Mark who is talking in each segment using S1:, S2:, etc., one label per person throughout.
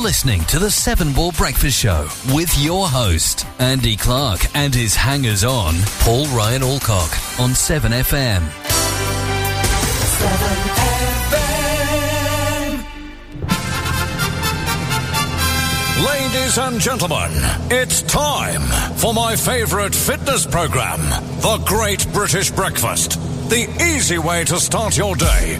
S1: listening to the Seven Ball Breakfast Show with your host, Andy Clark, and his hangers on, Paul Ryan Alcock, on 7FM.
S2: 7FM.
S3: Ladies and gentlemen, it's time for my favorite fitness program, The Great British Breakfast. The easy way to start your day.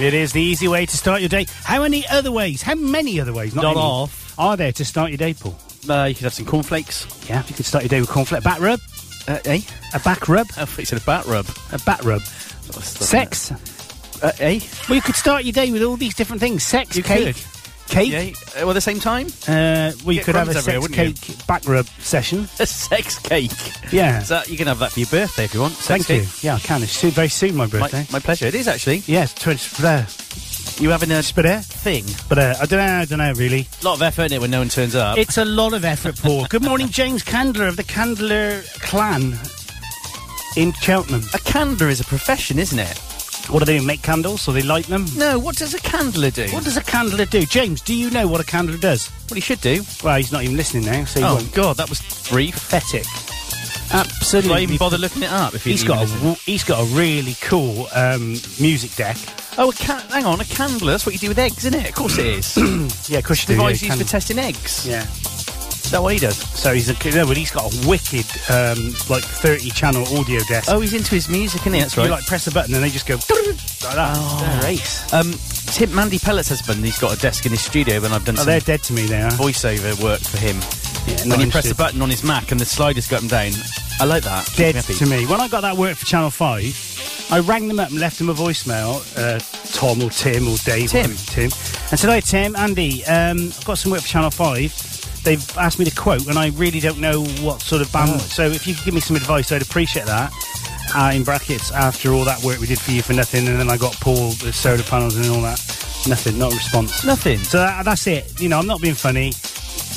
S4: It is the easy way to start your day. How many other ways? How many other ways?
S5: Not
S4: any,
S5: off.
S4: Are there to start your day, Paul?
S5: Uh, you could have some cornflakes.
S4: Yeah, you could start your day with cornflakes. A back rub?
S5: Uh, eh?
S4: A back rub?
S5: I thought you said a bat rub.
S4: A back rub? Sex?
S5: Uh, eh?
S4: Well, you could start your day with all these different things. Sex,
S5: You
S4: cake. Cake?
S5: Yeah. Uh, well, the same time?
S4: Uh, well, you
S5: Get
S4: could have a
S5: crumbs
S4: sex
S5: everywhere, wouldn't
S4: cake back rub session.
S5: A sex cake.
S4: Yeah.
S5: Is that, you can have that for your birthday if you want. Sex
S4: Thank
S5: cake.
S4: you. Yeah, I can. It's soon, very soon, my birthday.
S5: My, my pleasure. It is actually.
S4: Yes, tw- uh,
S5: You having a
S4: but, uh,
S5: thing?
S4: but uh, I don't know, I don't know, really.
S5: A lot of effort in it when no one turns up.
S4: It's a lot of effort, Paul. Good morning, James Candler of the Candler clan in Cheltenham.
S5: a candler is a profession, isn't it?
S4: What do they do, make candles? So they light them?
S5: No. What does a candler do?
S4: What does a candler do? James, do you know what a candler does?
S5: Well, he should do.
S4: Well, he's not even listening now, so he
S5: oh
S4: won't.
S5: God, that was brief.
S4: Pathetic.
S5: Did I even
S4: Absolutely.
S5: bother looking it up? If he
S4: He's
S5: didn't
S4: got,
S5: even
S4: a, w- he's got a really cool um, music deck.
S5: listen. Oh, a can- hang on, a candler. That's what you do with eggs, isn't it? Of course it is.
S4: Yeah, of course you do,
S5: Device
S4: yeah,
S5: used for
S4: candle-
S5: testing eggs.
S4: Yeah.
S5: Is that what he does?
S4: So he's a, no, but he's got a wicked, um, like, 30 channel audio desk.
S5: Oh, he's into his music, isn't he? That's
S4: You
S5: right.
S4: like press a button and they just go like that. They're ace.
S5: Um, Tim Mandy Pellet's husband, he's got a desk in his studio, and I've done
S4: Oh,
S5: some
S4: they're dead to me now.
S5: voiceover work for him.
S4: not
S5: when you press
S4: interested.
S5: the button on his Mac and the sliders go up and down, I like that. Keeps
S4: Dead
S5: me happy.
S4: to me. When I got that work for Channel 5, I rang them up and left them a voicemail, uh, Tom or Tim or Dave.
S5: Tim.
S4: whatever, Tim. And said, Hi, Tim, Andy, um, I've got some work for Channel 5. They've asked me to quote, and I really don't know what sort of bandwidth. So if you could give me some advice, I'd appreciate that. Uh, in brackets, after all that work we did for you for nothing, and then I got Paul, the solar panels, and all that. Nothing, not a response.
S5: Nothing.
S4: So that, that's it. You know, I'm not being funny.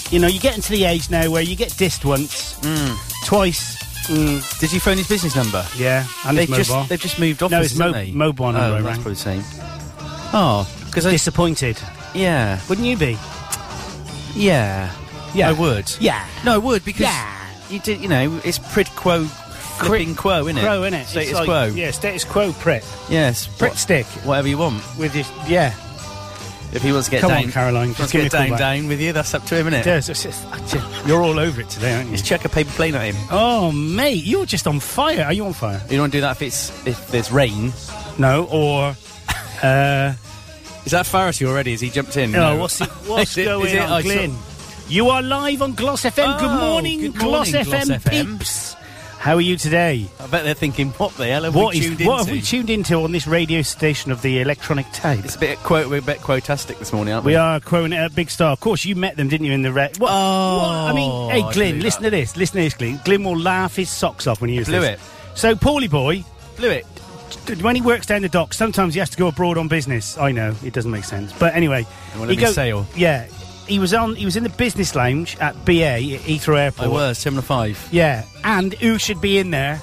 S4: You know, you get into the age now where you get dissed once,
S5: Hmm.
S4: twice. Mm,
S5: Did you phone his business number?
S4: yeah, and
S5: They've
S4: it's mobile.
S5: just, they've just moved off.
S4: No, it's mo-
S5: not they?
S4: mobile
S5: Oh,
S4: number I
S5: that's
S4: rang.
S5: probably the same. Oh, because I
S4: Disappointed,
S5: yeah
S4: wouldn't you be?
S5: yeah
S4: Yeah.
S5: I would
S4: Yeah.
S5: no I would because
S4: Yeah.
S5: you did you know it's prid quo flipping quo isn't it
S4: Pro, innit?
S5: status
S4: It's like-
S5: quo
S4: Yeah, status quo, Prit.
S5: yes
S4: Prit
S5: what-
S4: stick.
S5: whatever you want
S4: With your, yeah.
S5: if he wants to get
S4: Come
S5: down
S4: on, Caroline,
S5: wants
S4: just
S5: to
S4: give
S5: get
S4: me a call
S5: down
S4: back.
S5: down with you that's up to him isn't it
S4: Yeah, it's just- it's- I just- you're all over it today, aren't you?
S5: Just chuck a paper plane at him.
S4: Oh, mate, you're just on fire. Are you on fire?
S5: You don't do that if it's if there's rain.
S4: No, or
S5: Is that Farity already? Has he jumped in?
S4: No, Oh, what's it, what's
S5: Is it-
S4: going
S5: is it-
S4: on,
S5: I saw-
S4: Glyn? You are live on Gloss FM. good
S5: Oh,
S4: morning,
S5: good
S4: Gloss,
S5: morning,
S4: FM,
S5: Gloss FM.
S4: peeps. How are you today?
S5: I bet they're thinking, what the hell have
S4: What
S5: we
S4: is
S5: tuned
S4: what
S5: into?
S4: have we tuned into on this radio station of the electronic tape?
S5: it's a bit quote. We're a bit quotastic this morning, aren't we?
S4: We are quoting at Big Star. Of course, you met them, didn't you, in the red? What?
S5: Oh,
S4: what? I mean, hey,
S5: I
S4: Glyn,
S5: knew
S4: listen
S5: that.
S4: to this. Listen to this, Glyn. Glyn will laugh his socks off when he hears
S5: Blew
S4: this.
S5: it.
S4: So, Paulie boy,
S5: Blew it.
S4: d- when he works down the docks, sometimes he has to go abroad on business. I know it doesn't make sense, but anyway,
S5: You wanna
S4: he
S5: be sail?
S4: Yeah, he was on. He was in the business lounge at BA at Heathrow Airport.
S5: I was Terminal Five.
S4: Yeah, and who should be in there?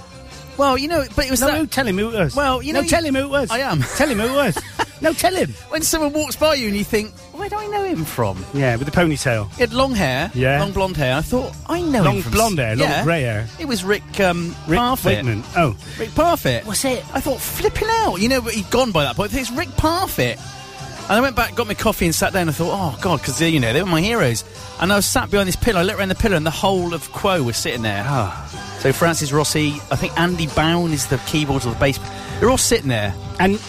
S5: Well, you know, but it was
S4: No,
S5: that
S4: no, tell him who it was.
S5: Well, you
S4: no,
S5: know, you-
S4: tell him who it was.
S5: I am.
S4: Tell him who it was. no, tell him.
S5: when someone walks by you and you think, where do I know him from?
S4: Yeah, with the ponytail.
S5: He had long hair,
S4: Yeah.
S5: long blonde hair. I thought, I know
S4: Long
S5: him from
S4: blonde hair, long
S5: yeah.
S4: grey hair.
S5: It was Rick um,
S4: Rick
S5: Parfitt.
S4: Wakeman. Oh,
S5: Rick Parfitt.
S4: What's it?
S5: I thought, flipping out. You know, but he'd gone by that point. I think It's Rick Parfitt. And I went back, got my coffee, and sat down. and thought, oh, God, because, you know, they were my heroes. And I was sat behind this pillar. I looked around the pillar, and the whole of Quo was sitting there. Ah. So Francis Rossi, I think Andy Bown is the keyboard or the bass. They're all sitting there.
S4: and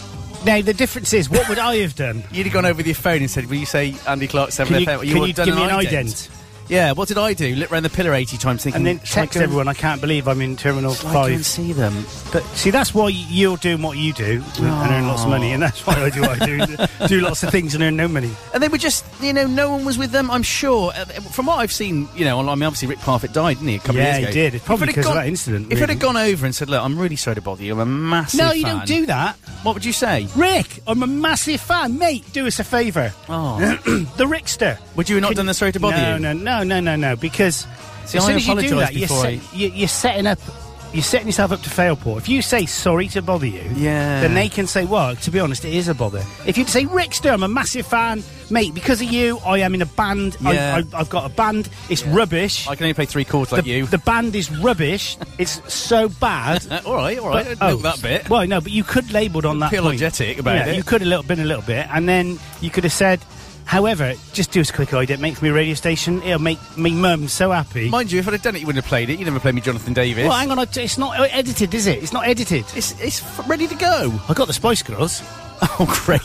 S4: now the difference is, what would I have done?
S5: You'd have gone over with your phone and said, will you say Andy Clark 7FM?
S4: Can you,
S5: Well,
S4: can you
S5: would've done
S4: give me an ident?
S5: ident. Yeah, what did I do? Looked around the pillar 80 times
S4: And
S5: thinking...
S4: then
S5: "Shall I
S4: text
S5: go and-
S4: everyone, I can't believe I'm in Terminal
S5: shall I go
S4: 5.
S5: and see them.
S4: But see, that's why you're doing what you do and earn lots of money, and that's why I do what I do. do lots of things and earn no money.
S5: And they were just, you know, no one was with them, I'm sure. Uh, From what I've seen, you know, I mean, obviously Rick Parfitt died, didn't he, a couple
S4: Yeah,
S5: of
S4: he
S5: years ago?
S4: did. It's probably
S5: If I'd have
S4: because of that incident,
S5: If I'd
S4: really.
S5: have gone over and said, look, I'm really sorry to bother you, I'm a massive fan,"
S4: that.
S5: What would you say?
S4: Rick, I'm a massive fan. Mate, do us a favour.
S5: Oh.
S4: The Rickster.
S5: would you have not
S4: Can-
S5: done the sorry to bother
S4: no,
S5: you?
S4: No, no, no, no, no, because
S5: See,
S4: as
S5: I
S4: soon as you do
S5: apologise
S4: that, you're,
S5: before
S4: set,
S5: I-
S4: you, you're setting up, you're setting yourself up to fail, Paul. If you say sorry to bother you,
S5: Yeah.
S4: then they can say, well, to be honest, it is a bother. If you'd say, Rickster, I'm a massive fan, mate, because of you, I am in a band.
S5: Yeah.
S4: I, I, I've got a band. It's rubbish.
S5: I can only play three chords
S4: the,
S5: like you.
S4: the band is rubbish. it's so bad.
S5: Uh, all right, all right. I
S4: Oh,
S5: didn't look that bit.
S4: Well, no, but you could labelled on that. point.
S5: Apologetic about
S4: Yeah,
S5: it.
S4: You could have little, been a little bit, and then you could have said, "However, just do as quick I did. Make for me a radio station. It'll make me mum so happy."
S5: Mind you, if I'd have done it, you wouldn't have played it. You never played me Jonathan Davis.
S4: well, hang on, I- it's not edited, is it? It's not edited.
S5: it's it's f- ready to go.
S4: I got the Spice Girls.
S5: Oh, great.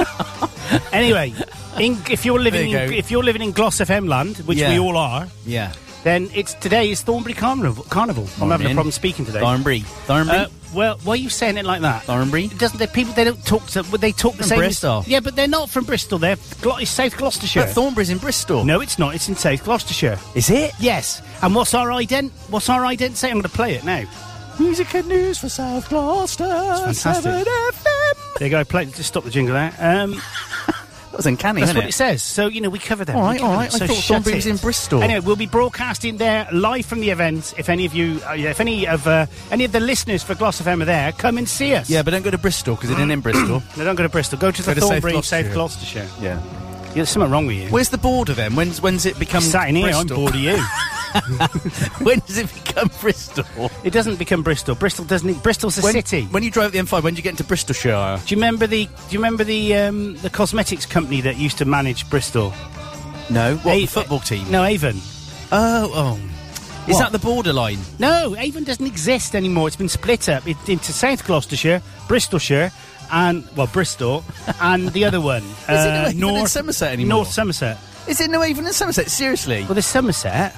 S4: Anyway, in, if you're living,
S5: There you
S4: in,
S5: go.
S4: if you're living in Gloss FM land, which
S5: Yeah.
S4: we all are,
S5: yeah.
S4: then it's today is Thornbury Carnival. Carnival. I'm having a
S5: Morning.
S4: problem speaking today.
S5: Thornbury. Thornbury.
S4: Uh, well, why are you saying it like that?
S5: Thornbury.
S4: It doesn't the people they don't talk to? They talk the
S5: From
S4: same.
S5: Bristol.
S4: Yeah, but they're not from Bristol. They're Glo- it's South Gloucestershire.
S5: But Thornbury's in Bristol.
S4: no, it's not. It's in South Gloucestershire.
S5: Is it?
S4: Yes. And what's our ident? What's our ident? Say, I'm going to play it now.
S5: Music and news for South Gloucester.
S4: It's fantastic. 7
S5: FM.
S4: There you go. Play. Just stop the jingle there. Um,
S5: That was uncanny,
S4: That's
S5: isn't
S4: what it?
S5: it?
S4: says. So you know we cover that.
S5: All right,
S4: We cover
S5: all right.
S4: them. So
S5: I thought
S4: shut
S5: Thornbury
S4: it.
S5: was in Bristol.
S4: Anyway, we'll be broadcasting there live from the event. If any of you, uh, yeah, if any of uh, any of the listeners for Gloss FM are there, come and see us.
S5: Yeah, but don't go to Bristol because it isn't in Bristol.
S4: No, don't go to Bristol. Go to the
S5: Go to South
S4: Thornbury,
S5: Gloucestershire.
S4: South Gloucestershire.
S5: yeah.
S4: Yeah, There's something wrong with you.
S5: Where's the border then? When's when's it become
S4: sat in here. I'm
S5: Bristol?
S4: bored of you.
S5: when does it become Bristol?
S4: it doesn't become Bristol. Bristol doesn't. e-, Bristol's a
S5: When-
S4: city.
S5: When you drive the M5, when do you get into Bristolshire?
S4: do you remember the? Do you remember the um, the cosmetics company that used to manage Bristol?
S5: No, what
S4: Avon-
S5: the football team?
S4: No, Avon.
S5: Oh, oh, is
S4: What?
S5: that the borderline?
S4: No, Avon doesn't exist anymore. It's been split up it, into South Gloucestershire, Bristolshire, and well, Bristol, and the other one, uh,
S5: Is it not even in
S4: North
S5: Somerset anymore?
S4: North Somerset.
S5: Is it no Avon and Somerset? Seriously?
S4: Well, there's Somerset.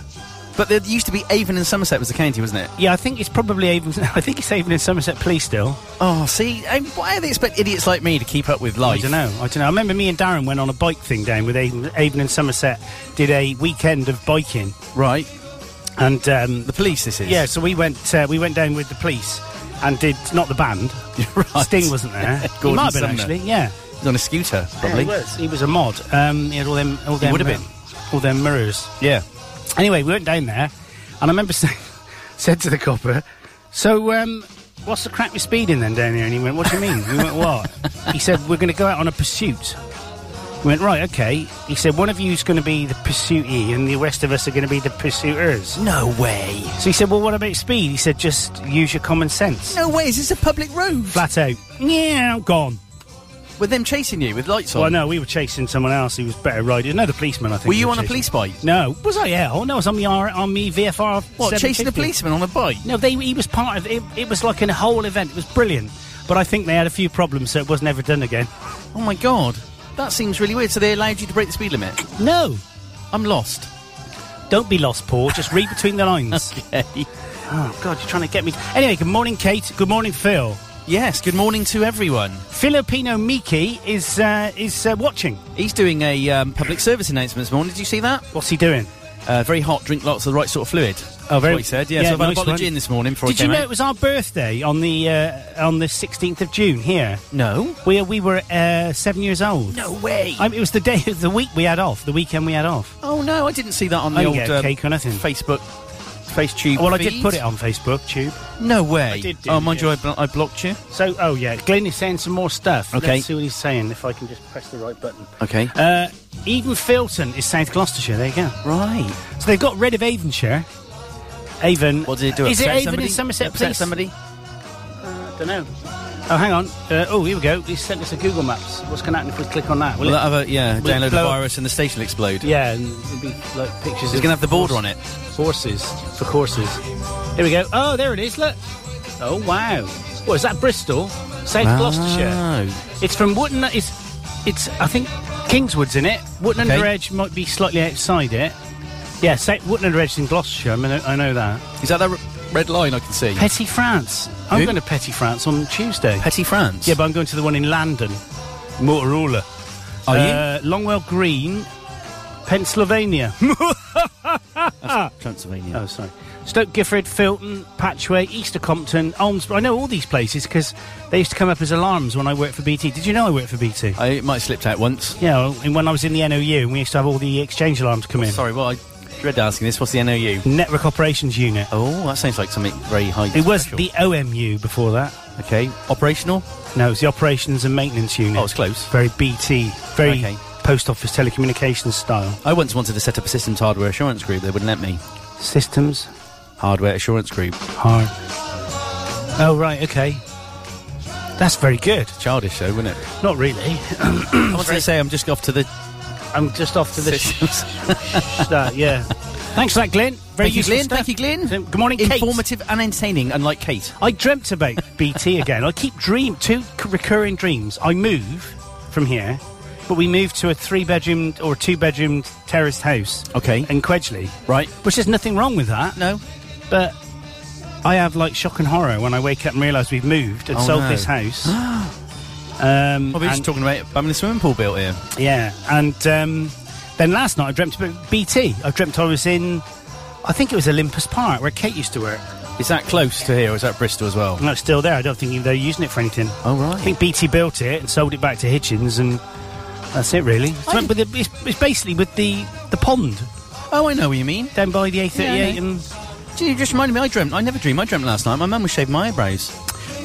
S5: But there used to be Avon and Somerset was the county, wasn't it?
S4: Yeah, I think it's probably Avon. I think it's Avon and Somerset Police still.
S5: Oh, see, I- why do they expect idiots like me to keep up with
S4: I
S5: life?
S4: don't know. I don't know. I remember me and Darren went on a bike thing down with Avon, Avon and Somerset. Did a weekend of biking,
S5: Right,
S4: and um,
S5: the police. This is
S4: yeah, so we went uh, we went down with the police and did not the band.
S5: Right.
S4: Sting wasn't there. he
S5: Gordon
S4: might have been
S5: Sumner.
S4: actually. Yeah.
S5: He's on a scooter, probably.
S4: Yeah, he was. He was a mod. Um, he had all them. All them
S5: would have
S4: uh,
S5: been.
S4: All them mirrors.
S5: Yeah.
S4: Anyway, we went down there, and I remember saying, said to the copper, "So, um, what's the crack with speeding then down here?" And he went, "What do you mean?" we went, "What?" He said, "We're going to go out on a pursuit." We went, "Right, okay." He said, "One of you's going to be the pursuitee, and the rest of us are going to be the pursuiters."
S5: No way.
S4: So he said, "Well, what about speed?" He said, "Just use your common sense."
S5: No way. Is this a public road?
S4: Flat out. Yeah, I'm gone.
S5: With them chasing you with lights on.
S4: Well, no, we were chasing someone else who was better riding. Another policeman, I think.
S5: Were
S4: we
S5: you on a
S4: chasing.
S5: police bike?
S4: No, was I? Yeah, oh no, I was on the R- on the VFR.
S5: What, chasing a
S4: 750.
S5: policeman on a bike?
S4: No, they he was part of it. It was like a whole event. It was brilliant, but I think they had a few problems, so it was never done again.
S5: Oh my god. That seems really weird. So they allowed you to break the speed limit?
S4: No,
S5: I'm lost.
S4: don't be lost, Paul. Just read between the lines.
S5: Okay.
S4: oh God, you're trying to get me. Anyway, good morning, Kate. Good morning, Phil.
S5: Yes, good morning to everyone.
S4: Filipino Miki is uh, is uh, watching.
S5: He's doing a um, public service announcement this morning. Did you see that?
S4: What's he doing?
S5: Uh, very hot, drink lots of the right sort of fluid.
S4: Oh, very-
S5: That's what he said. Yeah,
S4: yeah,
S5: so I've had
S4: nice
S5: a bottle
S4: one.
S5: of gin this morning before
S4: Did
S5: I
S4: you
S5: came
S4: know
S5: out.
S4: it was our birthday on the uh, on the 16th of June here?
S5: No.
S4: We we were uh, seven years old.
S5: No way.
S4: I mean, it was the day, the week we had off, the weekend we had off.
S5: oh no, I didn't see that on the
S4: I didn't
S5: old
S4: get a
S5: uh,
S4: cake or nothing.
S5: Facebook, FaceTube.
S4: Well, I did
S5: feed.
S4: put it on Facebook, Tube.
S5: No way.
S4: I did do,
S5: oh, mind
S4: yeah.
S5: you, I, blo- I blocked you.
S4: So, oh yeah, Glenn is saying some more stuff.
S5: Okay.
S4: Let's see what he's saying, if I can just press the right button.
S5: Okay.
S4: Uh, Eden Filton is South Gloucestershire, there you go.
S5: right.
S4: So they've got rid of Avonshire. Avon.
S5: What did it do?
S4: Is it
S5: upset
S4: Avon
S5: somebody?
S4: in Somerset,
S5: upset
S4: please?
S5: somebody?
S4: I don't know. Oh, hang on. Uh, oh, here we go. He sent us a Google Maps. What's going to happen if we click on that? Will
S5: Will
S4: it-
S5: that have a, yeah,
S4: Will it
S5: download the
S4: blow up?
S5: virus and the station will explode.
S4: Yeah, and it'll be like pictures.
S5: It's going to have the border on it.
S4: Horses for courses. Here we go. Oh, there it is. Look. Oh wow. What is that? Bristol, South
S5: Ah.
S4: Gloucestershire.
S5: Oh.
S4: It's from Wootton. It's it's I think Kingswood's in it. Wootton
S5: Okay.
S4: Under Edge might be slightly outside it. Yeah, Sa- Wootton Under Edge in Gloucestershire. I, mean, I know that.
S5: Is that that r- red line I can see?
S4: Petty France. I'm
S5: Who?
S4: going to Petty France on Tuesday.
S5: Petty France.
S4: yeah, but I'm going to the one in London, Motorola.
S5: Are you?
S4: Uh, Longwell Green, Pennsylvania.
S5: Transylvania.
S4: Oh, sorry. Stoke Gifford, Filton, Patchway, Easter Compton, Almsbury. I know all these places because they used to come up as alarms when I worked for BT. Did you know I worked for BT?
S5: I it might have slipped out once.
S4: Yeah, well, and when I was in the NOU, we used to have all the exchange alarms come in.
S5: Sorry, well, I dread asking this. What's the NOU?
S4: Network Operations Unit.
S5: Oh, that sounds like something very high.
S4: It was
S5: special.
S4: the OMU before that.
S5: okay operational.
S4: No, it was the Operations and Maintenance Unit.
S5: Oh, it's Oh, close.
S4: Very BT. Very
S5: Okay.
S4: post office telecommunications style.
S5: I once wanted to set up a systems hardware assurance group. They wouldn't let me.
S4: Systems
S5: Hardware assurance group.
S4: hard. Oh, right, okay. That's very good.
S5: Childish, though, wouldn't it?
S4: Not really.
S5: I wanted to say I'm just off to the
S4: I'm just off to the sh-
S5: systems.
S4: start, uh, yeah. Thanks for that, Glenn. Very
S5: Thank you,
S4: useful
S5: Glyn.
S4: stuff.
S5: Thank you, Glyn.
S4: Good morning, Kate.
S5: Informative and entertaining, unlike Kate.
S4: I dreamt about BT again. I keep dream two c- recurring dreams. I move from here, but we move to a three-bedroomed or two-bedroomed terraced house
S5: Okay.
S4: in Quedgley,
S5: Right?
S4: which there's nothing wrong with that.
S5: No.
S4: But I have like shock and horror when I wake up and realise we've moved and
S5: Oh,
S4: sold
S5: no.
S4: this house. um,
S5: Well, we're just
S4: and-
S5: talking about having a swimming pool built here.
S4: yeah, and um, then last night I dreamt about BT. I dreamt I was in, I think it was Olympus Park where Kate used to work.
S5: Is that close to here or is that Bristol as well?
S4: No, it's still there. I don't think they're using it for anything.
S5: Oh, right.
S4: I think BT built it and sold it back to Hitchens, and that's it really. It's,
S5: I-
S4: like with the, it's, it's basically with the the pond
S5: Oh, I know what you mean.
S4: down by the A38,
S5: Yeah, I know.
S4: and
S5: Gee, You just reminded me, I dreamt. I never dream. I dreamt last night. My mum was shaving my eyebrows.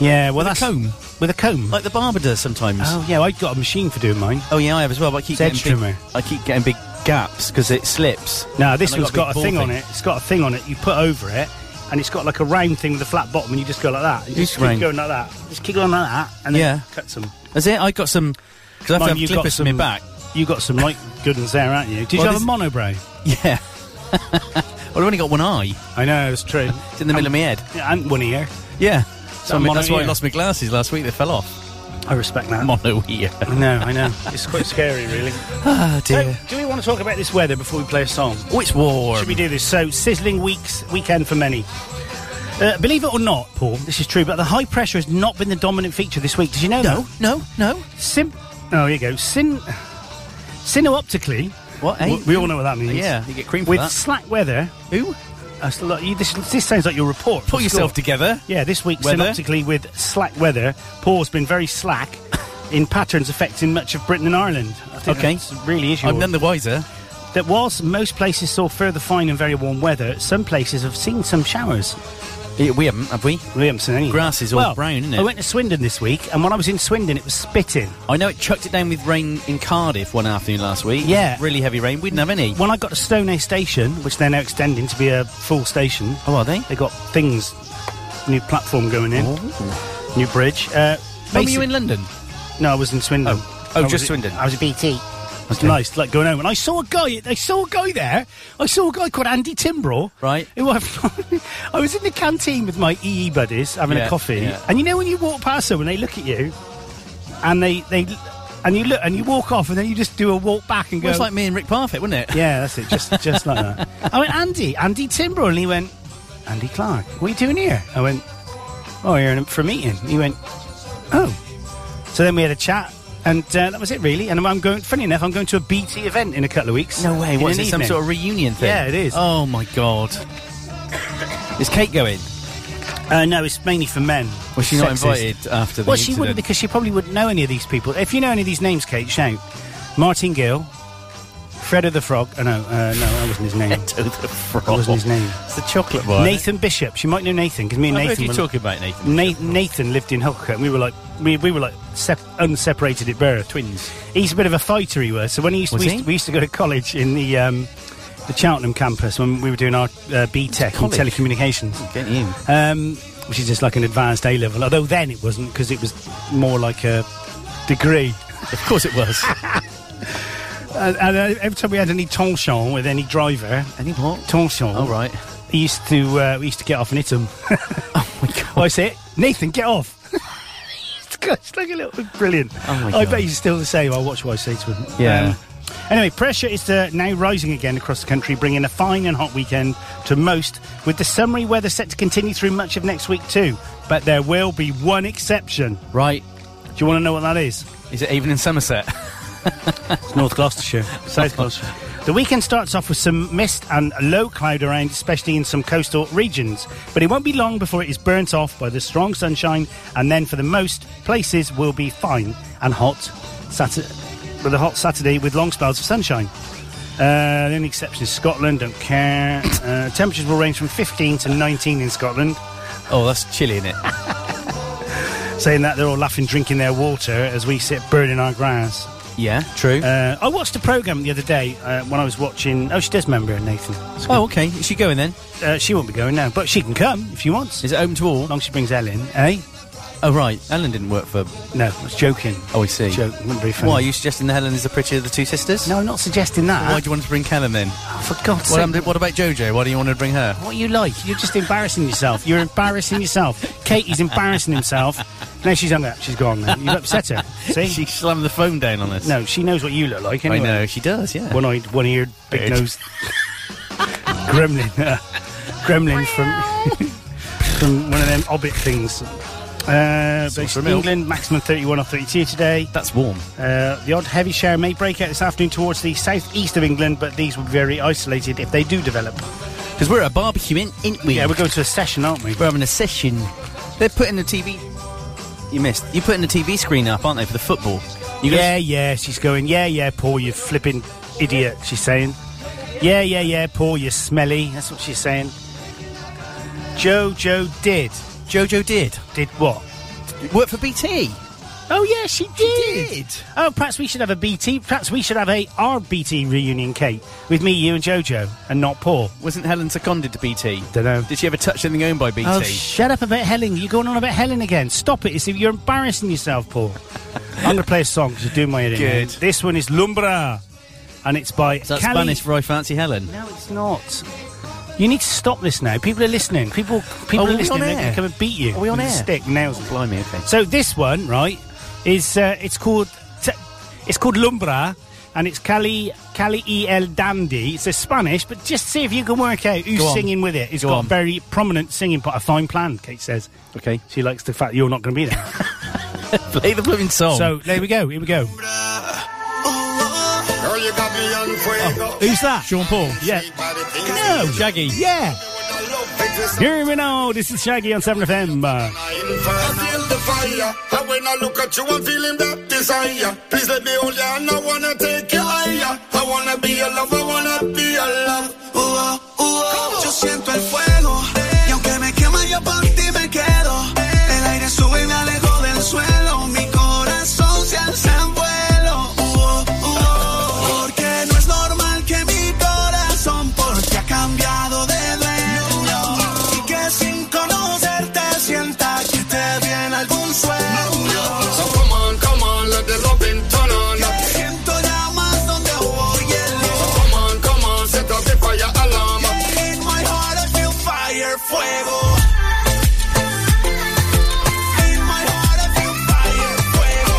S4: yeah, well
S5: With a
S4: that's
S5: comb?
S4: with a comb.
S5: Like the barber does sometimes.
S4: oh yeah, I have got a machine for doing mine.
S5: Oh, yeah, I have as well, but I keep
S4: It's edge
S5: getting big,
S4: trimmer.
S5: I keep getting big gaps because it slips.
S4: No, this
S5: And
S4: one's
S5: I've
S4: got, a
S5: big
S4: thing,
S5: ball
S4: on it. It's got a thing on it. You put over it, and it's got like a round thing with a flat bottom, and you just go like that. You
S5: This
S4: just
S5: round.
S4: keep going like that. Just keep going like that, and then
S5: Yeah.
S4: cuts them.
S5: That's it. I got some. Because I have to
S4: Mum,
S5: have
S4: you got
S5: clippers in my
S4: some-
S5: back.
S4: You got some light good ones there, aren't you? Did
S5: Well,
S4: you have a
S5: this-
S4: monobrow?
S5: Yeah. well, I've only got one eye.
S4: I know it's true.
S5: It's in the middle of my head.
S4: Yeah, and one ear.
S5: Yeah. So
S4: That
S5: I mean,
S4: mono
S5: that's why I
S4: ear.
S5: lost my glasses last week. They fell off.
S4: I respect that.
S5: Mono ear.
S4: I know, I know. It's quite scary, really.
S5: Ah,
S4: So,
S5: dear.
S4: do we want to talk about this weather before we play a song?
S5: Oh, it's warm.
S4: Should we do this? So, sizzling weeks weekend for many. Uh, believe it or not, Paul, this is true, but the high pressure has not been the dominant feature this week. Did you know
S5: No,
S4: that?
S5: no, no.
S4: Sim- oh, here you go. Sin- Synoptically,
S5: What? eh?
S4: we, we all know what that means.
S5: Yeah, you get cream for
S4: With
S5: that.
S4: slack weather,
S5: Who?
S4: that's a lot- you- this, this sounds like your report.
S5: Put
S4: from
S5: yourself
S4: school.
S5: together.
S4: Yeah, this week,
S5: Weather.
S4: synoptically, with slack weather, Paul's been very slack in patterns affecting much of Britain and Ireland. I think
S5: Okay.
S4: that's really is
S5: I'm
S4: your-
S5: none the wiser.
S4: That whilst most places saw further fine and very warm weather, some places have seen some showers.
S5: Eh, We haven't, have we?
S4: We haven't seen any.
S5: Grass is all
S4: Well,
S5: brown, isn't it?
S4: I went to Swindon this week, and when I was in Swindon, it was spitting.
S5: I know it chucked it down with rain in Cardiff one afternoon last week.
S4: Yeah.
S5: Really heavy rain. We didn't have any.
S4: When I got to Stonehenge Station, which they're now extending to be a full station,
S5: Oh, are they?
S4: they got things, new platform going in, new bridge. Uh,
S5: Oh, were you
S4: basic-
S5: in London?
S4: No, I was in Swindon.
S5: Oh. Oh,
S4: I was
S5: just
S4: at-
S5: Swindon.
S4: I was at BT. It's nice, like going home. And I saw a guy. I saw a guy there. I saw a guy called Andy Timbrell.
S5: Right.
S4: Who I've, I was in the canteen with my EE buddies having
S5: Yeah,
S4: a coffee.
S5: yeah.
S4: And you know when you walk past someone, they look at you, and they they and you look and you walk off, and then you just do a walk back and
S5: Well,
S4: go.
S5: it's like me and Rick Parfitt, wasn't it?
S4: yeah, that's it. Just just like that. I went Andy, Andy Timbrell, and he went Andy Clark. What are you doing here? I went. Oh, you're in for a meeting. He went. Oh. So then we had a chat, and uh, that was it really. And I'm going. Funny enough, I'm going to a BT event in a couple of weeks.
S5: No way.
S4: In
S5: What is
S4: an
S5: it? Some
S4: evening.
S5: sort of reunion thing?
S4: Yeah, it is.
S5: Oh, my God. is Kate going?
S4: Uh, no, it's mainly for men.
S5: Was she not
S4: Sexist.
S5: invited after the
S4: Well, she wouldn't
S5: incident?
S4: because she probably wouldn't know any of these people. If you know any of these names, Kate, shout. Martin Gill, Fred of the Frog. Oh, no, uh, no, that wasn't his name.
S5: Edo the frog.
S4: That wasn't his name.
S5: It's the chocolate bar.
S4: Nathan Bishop. She might know Nathan because me and
S5: I heard
S4: Nathan
S5: you
S4: were
S5: talking about Nathan.
S4: Na- Nathan lived in Hulkercote, and we were like we, we were like sep- unseparated at birth.
S5: Twins.
S4: He's a bit of a fighter, he was. So when he used,
S5: Was
S4: we,
S5: he?
S4: Used, we used to go to college in the um, the Cheltenham campus when we were doing our uh, B Tech in
S5: College?
S4: telecommunications,
S5: Get you.
S4: um, which is just like an advanced A level. Although then it wasn't because it was more like a degree.
S5: Of course it was.
S4: And, and uh, every time we had any tension with any driver,
S5: Any what?
S4: tension,
S5: All right.
S4: he used to uh, we used to get off and hit him.
S5: Oh my god.
S4: I say it, Nathan, get off. it's like a little brilliant.
S5: Oh my
S4: I
S5: God.
S4: bet he's still the same. I'll watch what I say to him. Um,
S5: Yeah.
S4: anyway, pressure is uh, now rising again across the country, bringing a fine and hot weekend to most, with the summery weather set to continue through much of next week too. But there will be one exception.
S5: Right.
S4: Do you want to know what that is?
S5: Is it even in Somerset?
S4: It's North Gloucestershire, South Gloucestershire. The weekend starts off with some mist and low cloud around, especially in some coastal regions. But it won't be long before it is burnt off by the strong sunshine, and then for the most places will be fine and hot Saturday, with a hot Saturday with long spells of sunshine. Uh, the only exception is Scotland. Don't care. uh, temperatures will range from 15 to 19 in Scotland.
S5: oh, that's chilly, is it?
S4: Saying that they're all laughing, drinking their water as we sit burning our grass.
S5: Yeah, true.
S4: Uh, I watched a program the other day uh, when I was watching. Oh, she does remember it, Nathan. It's
S5: oh, okay. Is she going then?
S4: good. Uh, she won't be going now, but she can come if she wants. As
S5: Is it open to all?
S4: long as she brings Ellen, eh?
S5: Oh, right. Helen didn't work for.
S4: No, I was joking.
S5: Oh, I see.
S4: Joke. Wouldn't be funny.
S5: Why are you suggesting that Helen is the prettier of the two sisters?
S4: No, I'm not suggesting that.
S5: Why do you want to bring Helen then?
S4: For God's
S5: What,
S4: sake.
S5: happened- what about JoJo? Why do you want to bring her?
S4: What you like? You're just embarrassing yourself. You're embarrassing yourself. Katie's embarrassing himself. No, she's hung up. She's gone. Now. You've upset her. See?
S5: She slammed the phone down on us.
S4: no, she knows what you look like.
S5: I
S4: Anyway.
S5: know she does. Yeah.
S4: One eyed, one eared, big
S5: Bird.
S4: nosed gremlin. uh, gremlin from from one of them Hobbit things. Uh, based in
S5: milk.
S4: England, maximum 31 or 32 today.
S5: That's warm.
S4: Uh, the odd heavy shower may break out this afternoon towards the southeast of England, but these will be very isolated if they do develop.
S5: Because we're at a barbecue, in, ain't we?
S4: Yeah, we're going to a session, aren't we?
S5: We're having a session. They're putting the TV. You missed. You're putting the TV screen up, aren't they, for the football? You guys-
S4: Yeah, yeah, she's going, yeah, yeah, Paul, you flipping idiot, she's saying. Yeah, yeah, yeah, Paul, you smelly. That's what she's saying. Jojo did.
S5: JoJo did.
S4: Did what?
S5: Work for BT.
S4: Oh, yeah, she did.
S5: did.
S4: Oh, perhaps we should have a BT. Perhaps we should have a RBT reunion, Kate, with me, you, and JoJo, and not Paul.
S5: Wasn't Helen seconded to BT?
S4: Dunno.
S5: Did she ever touch anything owned by BT?
S4: Oh, shut up about Helen. You're going on about Helen again. Stop it. It's, you're embarrassing yourself, Paul. I'm going to play a song because you're doing my head in.
S5: Good.
S4: This one is Lumbra, and it's by
S5: Is that
S4: Cali-
S5: Spanish for I fancy Helen?
S4: No, it's not. You need to stop this now. People are listening. People, people
S5: Are
S4: are,
S5: we
S4: listening.
S5: on
S4: They're
S5: air?
S4: going to come and beat you.
S5: Are we on
S4: with a
S5: air?
S4: Stick nails.
S5: Blimey, okay.
S4: So this one, right, is uh, it's called t- it's called Lumbra, and it's Cali Cali y el Dandy. It's a Spanish, but just see if you can work out who's
S5: Go on.
S4: singing with it. It's
S5: Go
S4: got
S5: on.
S4: very prominent singing part. A fine plan, Kate says.
S5: Okay.
S4: She likes the fact you're not going to be there.
S5: Play the blooming song.
S4: so there we go. Here we go.
S2: Girl, you got me on fuego.
S4: Who's that?
S5: Sean Paul.
S4: Yeah.
S5: No, Shaggy.
S4: Yeah. Here we know. This is Shaggy on Seven FM. Uh,
S2: I feel the fire. And when I look at you, I'm feeling that desire. Please let me hold you, and I wanna take you higher. I wanna be your love, I wanna be your love.
S6: Uh, uh, yo siento el fuego y aunque me quema yo por ti me quedo. El aire sube y me alejo del suelo, mi corazón se alza en vuelo. Uh, uh, porque no es normal que mi corazón por ti ha cambiado de dueño y que sin conocerte sienta que te viene algún sueño.
S2: So Oh, come on, come on, let the loving turn on.
S6: Siento llamas donde hubo hielo.
S2: Come on, come on, set up the fire alarm.
S6: In my heart I feel fire, fuego. In my heart I feel fire, fuego.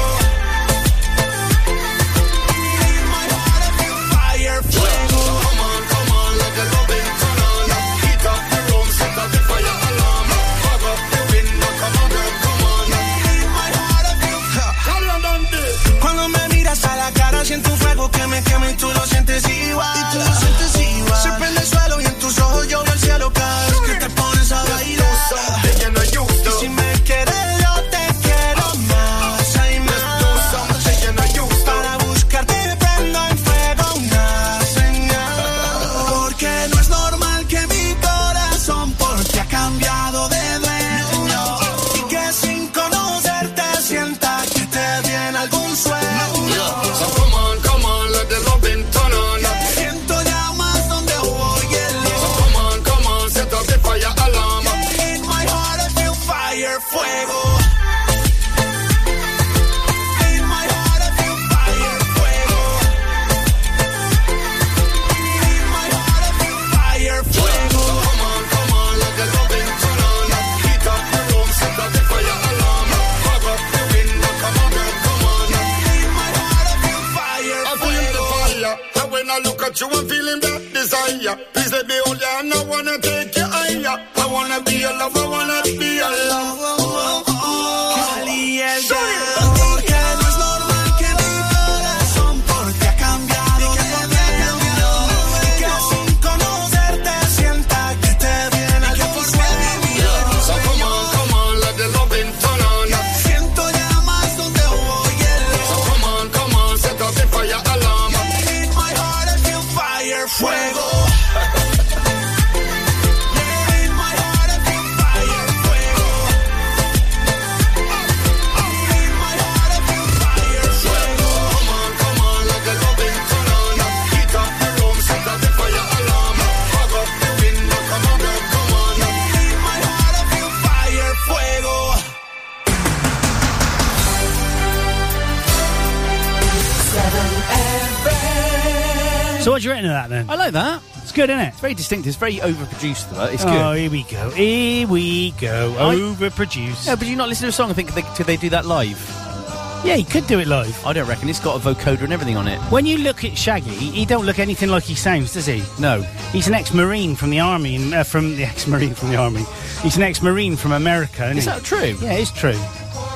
S6: In my heart I feel fire, fuego.
S2: Come on, come on, let the loving turn on. Heat up the room, set up the fire alarm. Fog up the window, come on, girl, come on.
S6: In my heart I feel
S2: Carry on, done this.
S6: Cuando me miras a la cara siento un fuego que me quema y tú lo sientes igual. Y tú lo sientes igual. Se prende el suelo y en tus ojos yo veo el cielo caer. Es que te pones a bailar.
S2: Then you know you
S6: Y
S2: do.
S6: si me quieres yo te quiero más y más.
S2: Something you know you do.
S6: Para buscarte prendo en fuego una señal. Porque no es normal que mi corazón por ti ha cambiado de dueño. Y que sin conocerte sienta que te viene algún sueño.
S2: So Oh, come on, come on, let the loving turn on.
S6: Siento llamas donde hubo hielo.
S2: Come on, come on, set up the fire alarm.
S6: In my heart I feel fire, fuego. In my heart I feel fire, fuego. In my heart I feel fire, fuego.
S2: Come on, come on, let the loving turn on. Heat up the room, set up the fire alarm. Fog up the window, come on, girl, come on.
S6: In my heart I feel fire,
S2: I feel the
S6: fuego.
S2: fire, and when I look at you, I'm feeling that desire. Please let me hold you, and I wanna take you higher. I wanna be your love, I wanna be your love.
S6: Cali el Porque no es normal que mi corazón por ti ha cambiado de dueño. Y que sin conocerte sienta que te viene algún sueño.
S2: So come on, come on, let the loving turn on.
S6: Siento llamas donde hubo hielo.
S2: So come on, come on, set up the fire alarm.
S6: In my heart I feel fire, fuego. Yeah, in my heart I feel fire, fuego.
S4: into that then.
S5: I like that.
S4: It's good, isn't it?
S5: It's very distinctive. It's very overproduced, though. It's
S4: Oh,
S5: good.
S4: here we go. Here we go.
S5: I-
S4: Overproduced.
S5: Yeah, but you not listen to a song and think, they, do they do that live?
S4: yeah, you could do it live.
S5: I don't reckon. It's got a vocoder and everything on it.
S4: When you look at Shaggy, he don't look anything like he sounds, does he?
S5: No.
S4: He's an ex-marine from the army, and, uh, from the ex-marine from the army. He's an ex-marine from America, isn't
S5: Is
S4: he?
S5: that true?
S4: yeah, it's true.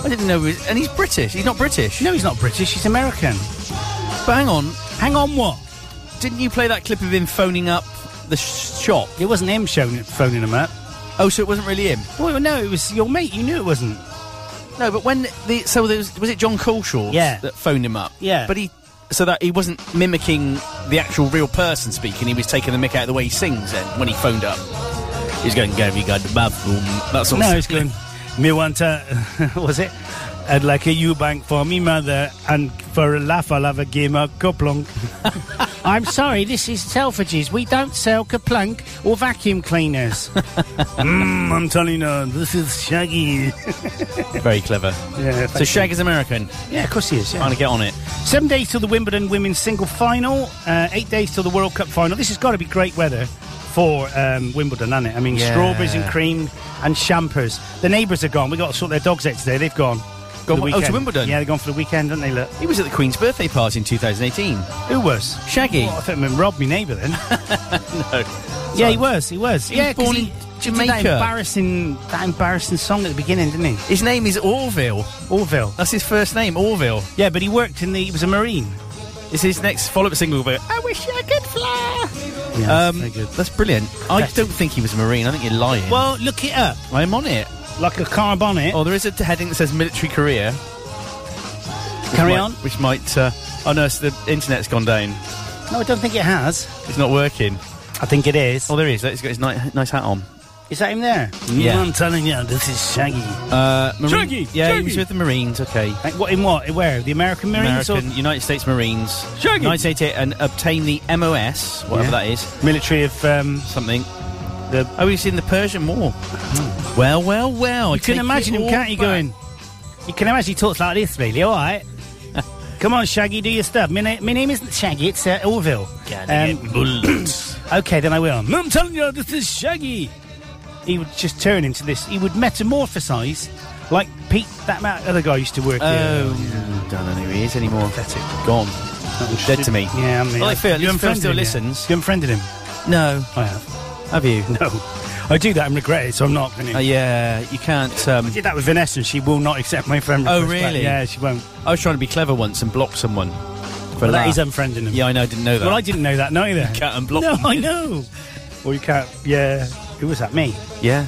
S5: I didn't know. he was- And he's British. He's not British.
S4: No, he's not British. He's American.
S5: But hang on.
S4: Hang on, what?
S5: Didn't you play that clip of him phoning up the sh- shop?
S4: It wasn't him showing, phoning him up.
S5: Oh, so it wasn't really him.
S4: Well, no, it was your mate. You knew it wasn't.
S5: No, but when the so there was, was it John Colshaw?
S4: Yeah.
S5: that phoned him up.
S4: Yeah.
S5: but he so that he wasn't mimicking the actual real person speaking. He was taking the mick out of the way he sings. Then when he phoned up, he's going, "Have you got the bathroom?" That sort
S4: No,
S5: of
S4: it's going. Me want a, what was it? I'd like a Eubank for me mother, and for a laugh, I'll have a game of Kaplunk. I'm sorry, this is Selfridges. We don't sell Kaplunk or vacuum cleaners. mm, I'm telling you, this is Shaggy.
S5: Very clever.
S4: Yeah,
S5: So Shag is American.
S4: yeah, of course he is.
S5: Trying
S4: Yeah.
S5: to get on it.
S4: Seven days till the Wimbledon women's single final, uh, eight days till the World Cup final. This has got to be great weather for um, Wimbledon, hasn't it? I mean,
S5: Yeah.
S4: strawberries and cream and champers. The neighbours are gone. We've got to sort their dogs out today. They've gone. for
S5: Gone-
S4: the
S5: oh, to
S4: weekend.
S5: Wimbledon?
S4: Yeah, they're gone for the weekend, aren't they? Look,
S5: He was at the Queen's birthday party in 2018.
S4: who was?
S5: Shaggy.
S4: Well, I thought it meant Rob, my neighbour. Then. Yeah, he was. He was.
S5: was
S4: yeah, 'cause
S5: born
S4: he,
S5: in
S4: he did that
S5: Jamaica.
S4: embarrassing, that embarrassing song at the beginning, didn't he?
S5: His name is Orville.
S4: Orville.
S5: That's his first name, Orville.
S4: Yeah, but he worked in the. He was a marine.
S5: It's his next follow-up single. But I wish I could fly.
S4: Yeah,
S5: Um,
S4: very good.
S5: that's brilliant. I
S4: That's-
S5: don't think he was a marine. I think you're lying.
S4: Well, look it up.
S5: I'm on it.
S4: Like a car bonnet.
S5: Oh, there is a t- heading that says military career.
S4: Carry
S5: Might-
S4: on.
S5: Which might. Uh, oh no, it's the internet's gone down.
S4: No, I don't think it has.
S5: It's not working.
S4: I think it is.
S5: Oh, there he is. He's got his ni- nice hat on.
S4: Is that him there?
S5: Yeah.
S4: I'm telling you, this is Shaggy.
S5: Uh, Marine-
S4: Shaggy,
S5: Yeah,
S4: Shaggy.
S5: he was with the Marines. Okay.
S4: Like, what in what? Where? The American Marines
S5: American United States Marines.
S4: Shaggy.
S5: 1988 and obtained the MOS,
S4: Yeah.
S5: whatever that is,
S4: or military of um,
S5: something.
S4: the?
S5: Oh, he's in the Persian War. Well, well, well.
S4: Hmm. You can imagine him, can't you? Going. You can imagine he talks like this, really. All right. Come on, Shaggy, do your stuff. My, na- my name isn't Shaggy; it's uh, Orville. Um, okay, then I will. I'm telling you, this is Shaggy. He would just turn into this. He would metamorphosize like Pete, that ma- other guy used to work. here.
S5: Oh, don't know who he is anymore. That's it. Gone. Dead to me.
S4: Yeah, I mean,
S5: I like Phil. At least Phil
S4: unfriended
S5: still
S4: him, yeah?
S5: listens.
S4: You unfriended him.
S5: No.
S4: I have.
S5: Have you?
S4: No, I do that and regret it, so I'm not going to.
S5: Uh, yeah, you can't. Um,
S4: did that with Vanessa, and she will not accept my friend
S5: Oh,
S4: request. back.
S5: really?
S4: Yeah, she won't.
S5: I was trying to be clever once and block someone. For
S4: But
S5: that.
S4: that is unfriending them.
S5: yeah, I know. I didn't know that.
S4: Well, I didn't know that neither. you
S5: can't unblock
S4: No,
S5: them.
S4: I know. Or you can't. Yeah. Who was that? Me.
S5: yeah,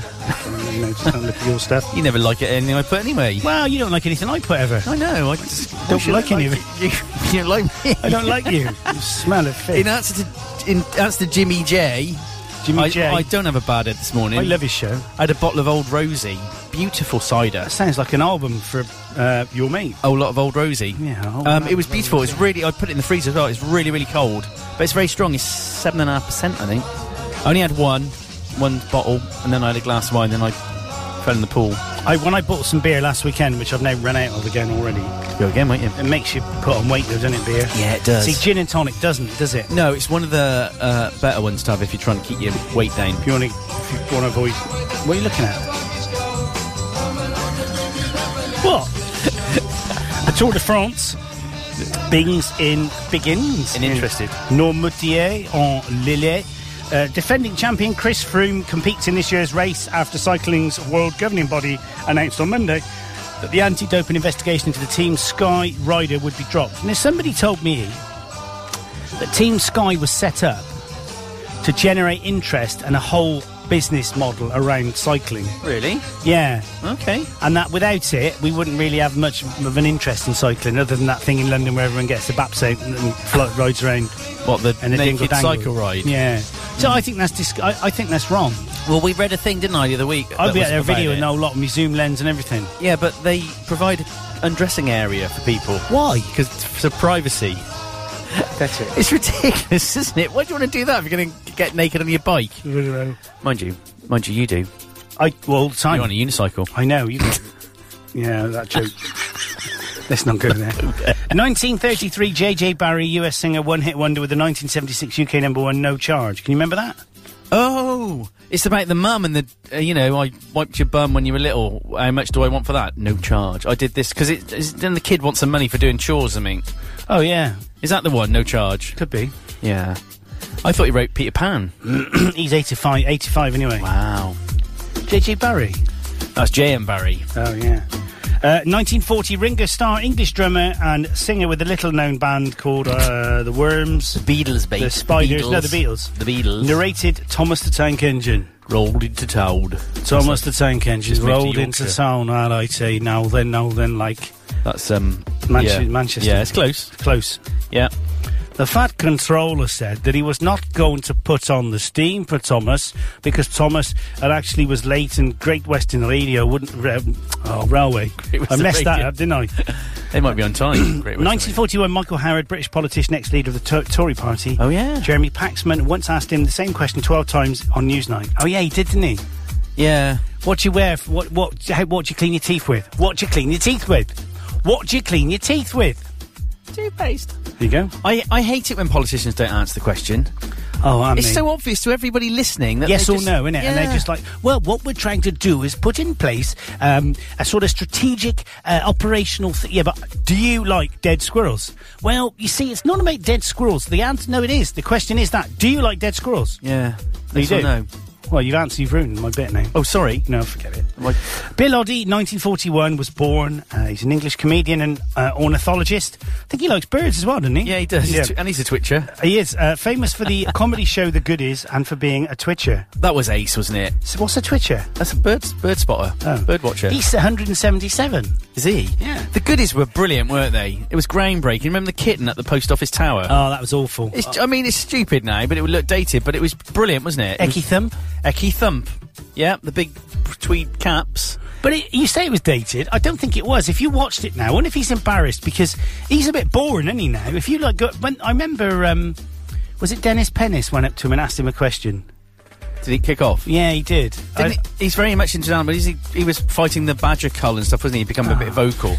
S4: you know, just don't look at your stuff.
S5: you never like it anything I put anyway.
S4: Well, you don't like anything I put ever.
S5: I know. I just
S4: Don't
S5: wish I
S4: like any of
S5: you. You don't like me.
S4: I don't like you. You smell of fish.
S5: In answer to in answer to Jimmy J,
S4: Jimmy
S5: I-
S4: J.
S5: I don't have a bad head this morning.
S4: I love his show.
S5: I had a bottle of Old Rosie, beautiful cider.
S4: That sounds like an album for uh, your mate.
S5: A whole lot of Old Rosie.
S4: Yeah, oh, Old
S5: Um, it was
S4: Rosie.
S5: beautiful. It's really. I put it in the freezer as well. It's really really cold, but it's very strong. It's seven and a half percent, I think. I only had one, one bottle, and then I had a glass of wine. Then I fell in the pool.
S4: I when I bought some beer last weekend, which I've now run out of again already.
S5: Go again, won't you?
S4: It makes you put on weight, though, doesn't it, beer?
S5: Yeah, it does.
S4: See, gin and tonic doesn't, does it?
S5: No, it's one of the uh, better ones to have if you're trying to keep your weight down.
S4: If you want to, if you want to avoid, what are you looking at? What? the Tour de France begins in begins
S5: And interested.
S4: in Normandy en Lille. Uh, defending champion Chris Froome competes in this year's race after cycling's world governing body announced on Monday that the anti-doping investigation into the Team Sky rider would be dropped. Now, somebody told me that Team Sky was set up to generate interest and a whole business model around cycling.
S5: Really?
S4: Yeah,
S5: Okay.
S4: and that without it, we wouldn't really have much of an interest in cycling, other than that thing in London where everyone gets the baps out and, and flo- rides around
S5: What the
S4: and the dingle
S5: naked
S4: dangle.
S5: cycle ride? Hmm.
S4: Yeah. So I think that's dis- I, I think that's wrong.
S5: Well, we read a thing, didn't I, the other week?
S4: I'd
S5: that
S4: be
S5: was
S4: at their
S5: about
S4: video
S5: it.
S4: and a whole lot of my zoom lens and everything.
S5: Yeah, but they provide undressing area for people. Why? Because for privacy.
S4: That's it.
S5: It's ridiculous, isn't it? Why do you want to do that if you're going to get naked on your bike? Mind you, mind you, you do.
S4: I well all the time.
S5: You're on a unicycle.
S4: I know. You yeah, that joke. Let's not go there. In 1933, J.J. Barry, US singer, one hit wonder with the 1976 UK number one, No Charge. Can you remember that?
S5: Oh, it's about the mum and the, uh, you know, I wiped your bum when you were little. How much do I want for that? No charge. I did this because it, it's- then the kid wants some money for doing chores, I mean.
S4: Oh, yeah.
S5: Is that the one? No charge.
S4: Could be.
S5: Yeah. I thought you wrote Peter Pan.
S4: He's 85, 85 anyway.
S5: Wow.
S4: J.J. Barry.
S5: That's J.M. Barry.
S4: Oh, yeah. Uh, 1940, Ringo Starr, English drummer and singer with a little-known band called uh, The Worms.
S5: Beatles, baby.
S4: The Spiders. No, the Beatles.
S5: The Beatles.
S4: Narrated Thomas the Tank Engine.
S5: Rolled into Toad.
S4: Thomas the Tank Engine
S5: Just moved to
S4: rolled into
S5: Yorkshire.
S4: town, and I say, now then, now then, like,
S5: That's, um...
S4: Manche-
S5: yeah.
S4: Manchester.
S5: Yeah, it's close.
S4: close.
S5: Yeah.
S4: The fat controller said that he was not going to put on the steam for Thomas because Thomas had actually was late and Great Western Radio wouldn't. Um, oh, railway. I
S5: Great Western
S4: messed that
S5: Radio.
S4: up, didn't I?
S5: They might be on time. Great Western.
S4: 1941, Michael Howard, British politician, ex leader of the to- Tory party.
S5: Oh, yeah.
S4: Jeremy Paxman once asked him the same question 12 times on Newsnight. Oh, yeah, he did, didn't he?
S5: Yeah.
S4: What do you wear? f- What, what, how, what do you clean your teeth with? What do you clean your teeth with? What do you clean your teeth with?
S5: Toothpaste.
S4: There you go.
S5: I, I hate it when politicians don't answer the question.
S4: Oh, I mean.
S5: It's so obvious to everybody listening that
S4: yes
S5: they
S4: or
S5: just-
S4: no, innit? And they're
S5: Yeah.
S4: just like, well, what we're trying to do is put in place um, a sort of strategic uh, operational thing. Yeah, but do you like dead squirrels? Well, you see, it's not about dead squirrels. The answer, no, it is. The question is that, do you like dead squirrels?
S5: yeah.
S4: You
S5: Yes or
S4: do.
S5: No.
S4: Well, you've answered, you've ruined my bit now.
S5: Oh, sorry.
S4: No, forget it.
S5: Like,
S4: Bill Oddie, 1941, was born. Uh, he's an English comedian and uh, ornithologist. I think he likes birds as well, doesn't he?
S5: yeah, he does. He's
S4: Yeah.
S5: tw- and he's a twitcher.
S4: He is uh, famous for the comedy show The Goodies and for being a twitcher.
S5: That was Ace, wasn't it?
S4: So what's a twitcher?
S5: That's a bird bird spotter, bird watcher.
S4: Oh. He's 177.
S5: Is he?
S4: Yeah.
S5: The goodies were brilliant, weren't they? It was groundbreaking. Remember the kitten at the post office tower?
S4: Oh, that was awful.
S5: it's, I mean, it's stupid now, but it would look dated. But it was brilliant, wasn't it? It was-
S4: Ecky thump.
S5: Ecky thump. Yeah, the big tweed caps.
S4: But it, you say it was dated. I don't think it was. If you watched it now, I wonder if he's embarrassed because he's a bit boring, isn't he, now? If you like, go, when, I remember, um, was it Dennis Pennis went up to him and asked him a question?
S5: Did he kick off?
S4: Yeah, he did. I-
S5: Didn't he, he's very much into animals. He, he was fighting the badger cull and stuff, wasn't he? He became a
S4: Ah.
S5: bit vocal.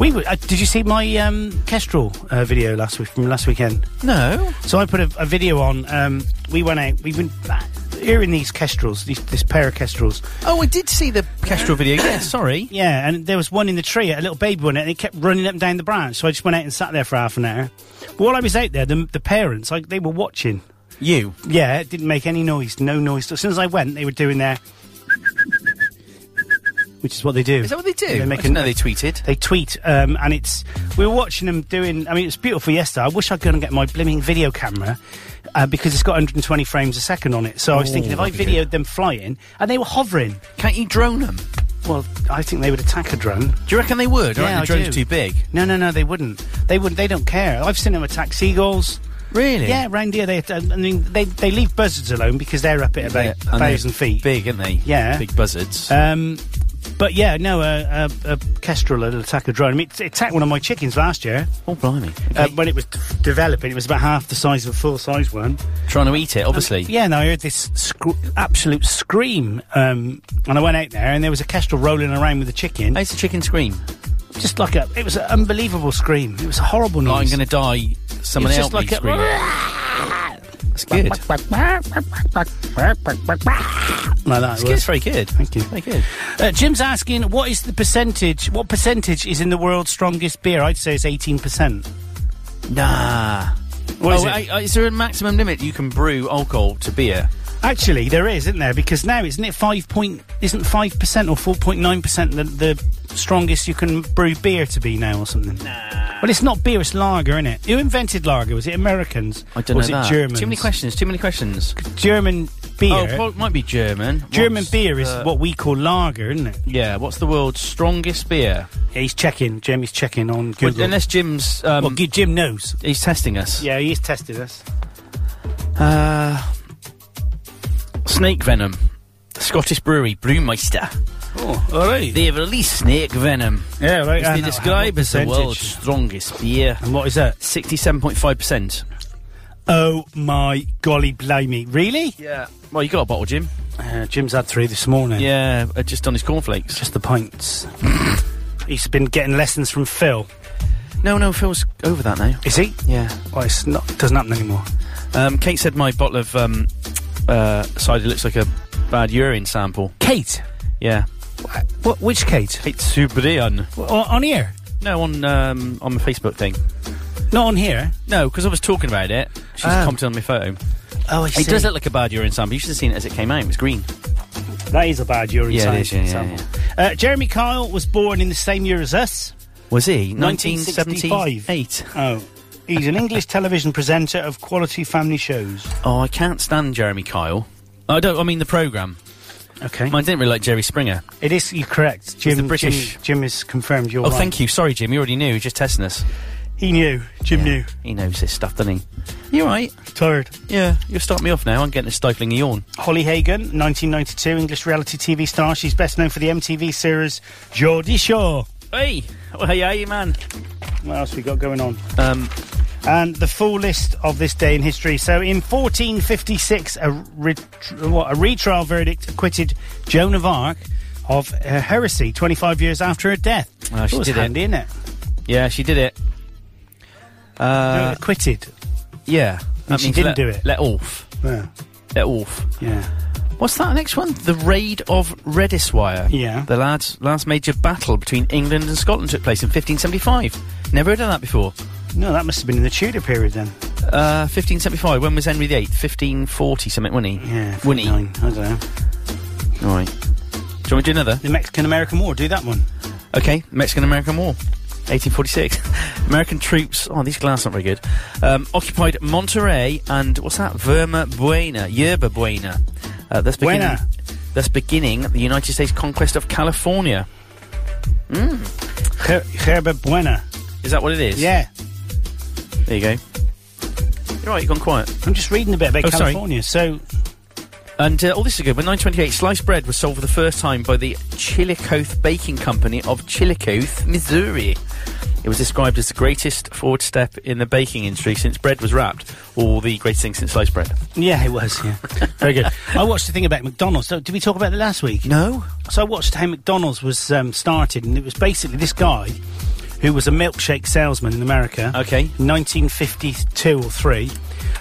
S4: we were, uh, did you see my um, Kestrel uh, video last week from last weekend?
S5: No.
S4: So I put a, a video on. Um, we went out. We went hearing these kestrels, these, this pair of kestrels.
S5: Oh, I did see the Kestrel video. Yeah, sorry.
S4: Yeah, and there was one in the tree, a little baby one, and it kept running up and down the branch. So I just went out and sat there for half an hour. But while I was out there, the, the parents, like, they were watching.
S5: You.
S4: Yeah, it didn't make any noise, no noise. As soon as I went, they were doing their, which is what they do.
S5: Is that what they do?
S4: They make
S5: I didn't
S4: a-
S5: know they tweeted.
S4: They tweet, um, and it's we were watching them doing. I mean, it's beautiful yesterday. I wish I'd gone and get my blimming video camera uh, because it's got 120 frames a second on it. So I was thinking if I
S5: Oh, that'd be good.
S4: videoed them flying and they were hovering,
S5: Can't you drone them?
S4: well, I think they would attack a drone.
S5: Do you reckon they would?
S4: Yeah,
S5: Or
S4: I
S5: the drone's
S4: do.
S5: too big?
S4: No, no, no, they wouldn't. They wouldn't. They don't care. I've seen them attack seagulls.
S5: Really?
S4: Yeah, round here they. uh, I mean, they they leave buzzards alone because they're up at about
S5: Yeah,
S4: a
S5: and they're
S4: thousand feet.
S5: Big, aren't they?
S4: Yeah.
S5: Big buzzards.
S4: Um, but yeah, no, a, a, a kestrel will attack a drone. I mean, it, it attacked one of my chickens last year
S5: oh, blimey.
S4: uh, when it was d- developing. It was about half the size of a full size one.
S5: Trying to eat it, obviously.
S4: Um, Yeah, and I heard this scr- absolute scream, um, and I went out there, and there was a kestrel rolling around with a chicken.
S5: It's a chicken scream.
S4: just like a, it was an unbelievable scream. It was a horrible noise.
S5: Like, I'm going to die. Someone
S4: It's
S5: help
S4: just
S5: me
S4: like a-
S5: scream. That's good.
S4: like that. it
S5: It's
S4: was.
S5: very good.
S4: Thank you.
S5: Very good.
S4: Uh, Jim's asking, what is the percentage? What percentage is in the world's strongest beer? I'd say it's eighteen percent.
S5: Nah.
S4: What is
S5: oh,
S4: it?
S5: I- I- is there a maximum limit you can brew alcohol to beer?
S4: Actually, there is, isn't there? Because now isn't it five point? Isn't five percent or four point nine percent the the strongest you can brew beer to be now or something? Nah. Well, it's not beer; it's lager, isn't it? Who invented lager? Was it Americans?
S5: I don't
S4: or was
S5: know.
S4: it
S5: that.
S4: Germans?
S5: Too many questions. Too many questions.
S4: German
S5: Oh,
S4: beer.
S5: well, it might be German. uh,
S4: German
S5: What's
S4: beer is
S5: the-
S4: what we call lager, isn't it?
S5: Yeah, what's the world's strongest beer?
S4: Yeah, he's checking. Jamie's checking on
S5: Well,
S4: Google.
S5: Unless Jim's um,
S4: well, G- Jim knows.
S5: he's testing us.
S4: Yeah, he's tested us.
S5: Uh, snake venom. The Scottish brewery Brewmeister.
S4: Oh, all right.
S5: They have released snake venom.
S4: yeah, right.
S5: Which
S4: I
S5: they
S4: know.
S5: describe
S4: What
S5: as the
S4: percentage?
S5: world's strongest beer.
S4: And what is that?
S5: Sixty-seven point five percent.
S4: Oh my golly, blimey! Really?
S5: Yeah. Well, you got a bottle, Jim.
S4: Uh, Jim's had three this morning.
S5: Yeah, uh, just on his cornflakes.
S4: Just the pints. He's been getting lessons from Phil.
S5: No, no, Phil's over that now.
S4: Is he?
S5: Yeah.
S4: Well, it's not. It doesn't happen anymore.
S5: Um, Kate said my bottle of um, uh, cider looks like a bad urine sample.
S4: Kate.
S5: Yeah.
S4: What? Which Kate?
S5: Kate Subrian.
S4: O- on here?
S5: No, on um, on the Facebook thing.
S4: Not on here.
S5: No, because I was talking about it. She's
S4: Oh.
S5: commented on my photo.
S4: Oh, I
S5: It does look like a bad urine sample. You should have seen it as it came out. It was green.
S4: That is a bad urine
S5: Yeah,
S4: sample.
S5: it is, yeah, yeah,
S4: sample. Uh, Jeremy Kyle was born in the same year as us.
S5: Was he?
S4: 1965.
S5: 1978.
S4: Oh. He's an English television presenter of quality family shows.
S5: Oh, I can't stand Jeremy Kyle. I don't. I mean the program.
S4: Okay.
S5: I didn't really like Jerry Springer.
S4: it is, you're correct. Jim,
S5: the British-
S4: Jim, Jim has confirmed your
S5: Oh, thank you. Sorry, Jim. You already knew. He was just testing us.
S4: He knew. Jim knew.
S5: He knows this stuff, doesn't he? You all right?
S4: Tired.
S5: Yeah. You'll start me off now. I'm getting a stifling yawn.
S4: Holly Hagen, 1992 English reality TV star. She's best known for the MTV series Geordie Shore.
S5: Hey. Oh, hey, hey, man.
S4: What else we got going on?
S5: Um,
S4: And the full list of this day in history. So, in 1456, a, ret- what, a retrial verdict acquitted Joan of Arc of uh, heresy 25 years after her death.
S5: Oh, she
S4: That was
S5: did it.
S4: handy, innit?
S5: yeah, she did it.
S4: Uh,
S5: Uh,
S4: acquitted.
S5: yeah. That
S4: she
S5: means
S4: didn't
S5: let-
S4: do it.
S5: Let off.
S4: Yeah.
S5: Let off.
S4: yeah.
S5: What's that next one? The raid of Rediswire.
S4: Yeah.
S5: The lads, last major battle between England and Scotland took place in 1575. Never heard of that before.
S4: No, that must have been in the Tudor period then.
S5: Uh, 1575. When was Henry VIII? 1540 something, wasn't he?
S4: Yeah.
S5: Wouldn't he?
S4: 49, I don't know.
S5: Right. Do you want me to do another?
S4: The Mexican American War, do that one.
S5: Okay, Mexican American War. 1846. American troops, oh, these glasses aren't very good, um, occupied Monterey and, what's that? Verma Buena, Yerba Buena. Uh, that's, beginning,
S4: Buena.
S5: that's beginning the United States conquest of California.
S4: Her- Herbert Buena.
S5: Is that what it is?
S4: Yeah.
S5: There you go. You're right, you've gone quiet.
S4: I'm just reading a bit about
S5: Oh, sorry.
S4: California. So,
S5: And uh, oh, this is good. But 928, sliced bread was sold for the first time by the Chillicothe Baking Company of Chillicothe, Missouri. It was described as the greatest forward step in the baking industry since bread was wrapped, or the greatest thing since sliced bread.
S4: yeah, it was. Yeah. Very good. I watched the thing about McDonald's. So, Did we talk about that last week?
S5: No.
S4: So I watched how McDonald's was um, started, and it was basically this guy who was a milkshake salesman in America.
S5: Okay.
S4: 1952 or three,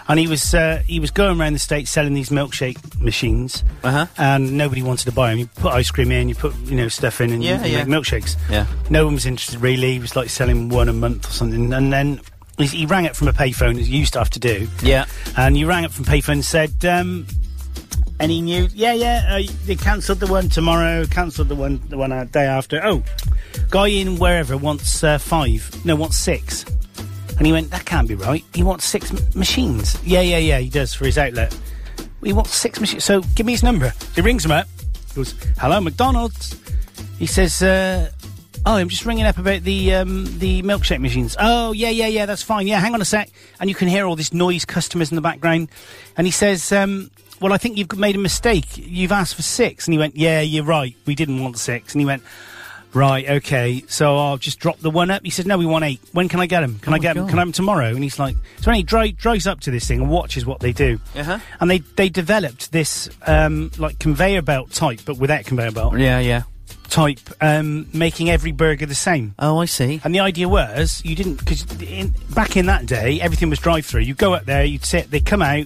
S4: and he was uh, he was going around the states selling these milkshake machines,
S5: Uh-huh.
S4: and nobody wanted to buy them. You put ice cream in, you put you know stuff in, and you-
S5: Yeah,
S4: you,
S5: yeah.
S4: make milkshakes.
S5: Yeah.
S4: No one was interested really. He was like selling one a month or something, and then. He he rang up from a payphone, as you used to have to do.
S5: Yeah.
S4: And you rang up from Peter and said, um, any news? Yeah, yeah. Uh, they cancelled the one tomorrow. Cancelled the one the one uh, day after. Oh, guy in wherever wants uh, five. No, wants six. And he went, that can't be right. He wants six m- machines. Yeah, yeah, yeah. He does for his outlet. He wants six machines. So give me his number. He rings him up. Goes, hello, McDonald's. He says, uh, oh, I'm just ringing up about the um, the milkshake machines. Oh, yeah, yeah, yeah, that's fine. Yeah, hang on a sec. And you can hear all this noise, customers in the background. And he says, um, well, I think you've made a mistake. You've asked for six. And he went, yeah, you're right. We didn't want six. And he went, right, okay. So I'll just drop the one up. He said, no, we want eight. When can I get them? Can I
S5: Oh my
S4: get them?
S5: God.
S4: Can I have them tomorrow? And he's like, so when he dri- drives up to this thing and watches what they do.
S5: Uh-huh.
S4: And they, they developed this, um, like, conveyor belt type, but without conveyor belt
S5: Yeah, yeah.
S4: type, um, making every burger the same.
S5: Oh, I see.
S4: And the idea was you didn't because in, back in that day everything was drive-through. You go up there, you'd sit, they come out,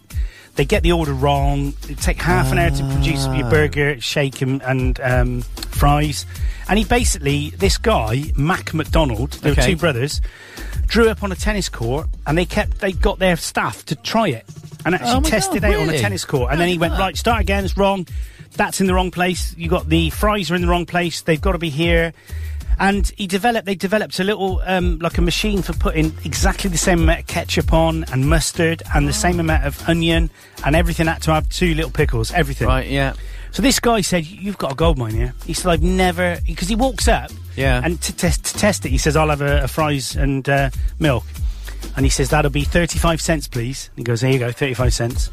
S4: they get the order wrong. It take half an hour to produce your burger, shake and, and um, fries. And he basically this guy Mac McDonald, there were
S5: Okay.
S4: two brothers, drew up on a tennis court, and they kept they got their staff to try it and actually
S5: Oh my
S4: tested
S5: God,
S4: out on a
S5: really?
S4: tennis court. And then he went right, start again. It's wrong. That's in the wrong place. You got the fries are in the wrong place. They've got to be here. And he developed. They developed a little um, like a machine for putting exactly the same amount of ketchup on and mustard and
S5: Oh.
S4: the same amount of onion and everything had to have two little pickles. Everything.
S5: Right, yeah.
S4: So this guy said, "You've got a gold mine here." He said, "I've never," because he walks up,
S5: Yeah.
S4: and to, test to test it, he says, "I'll have a, a fries and uh, milk," and he says, "That'll be thirty-five cents, please." And he goes, "Here you go, thirty-five cents,"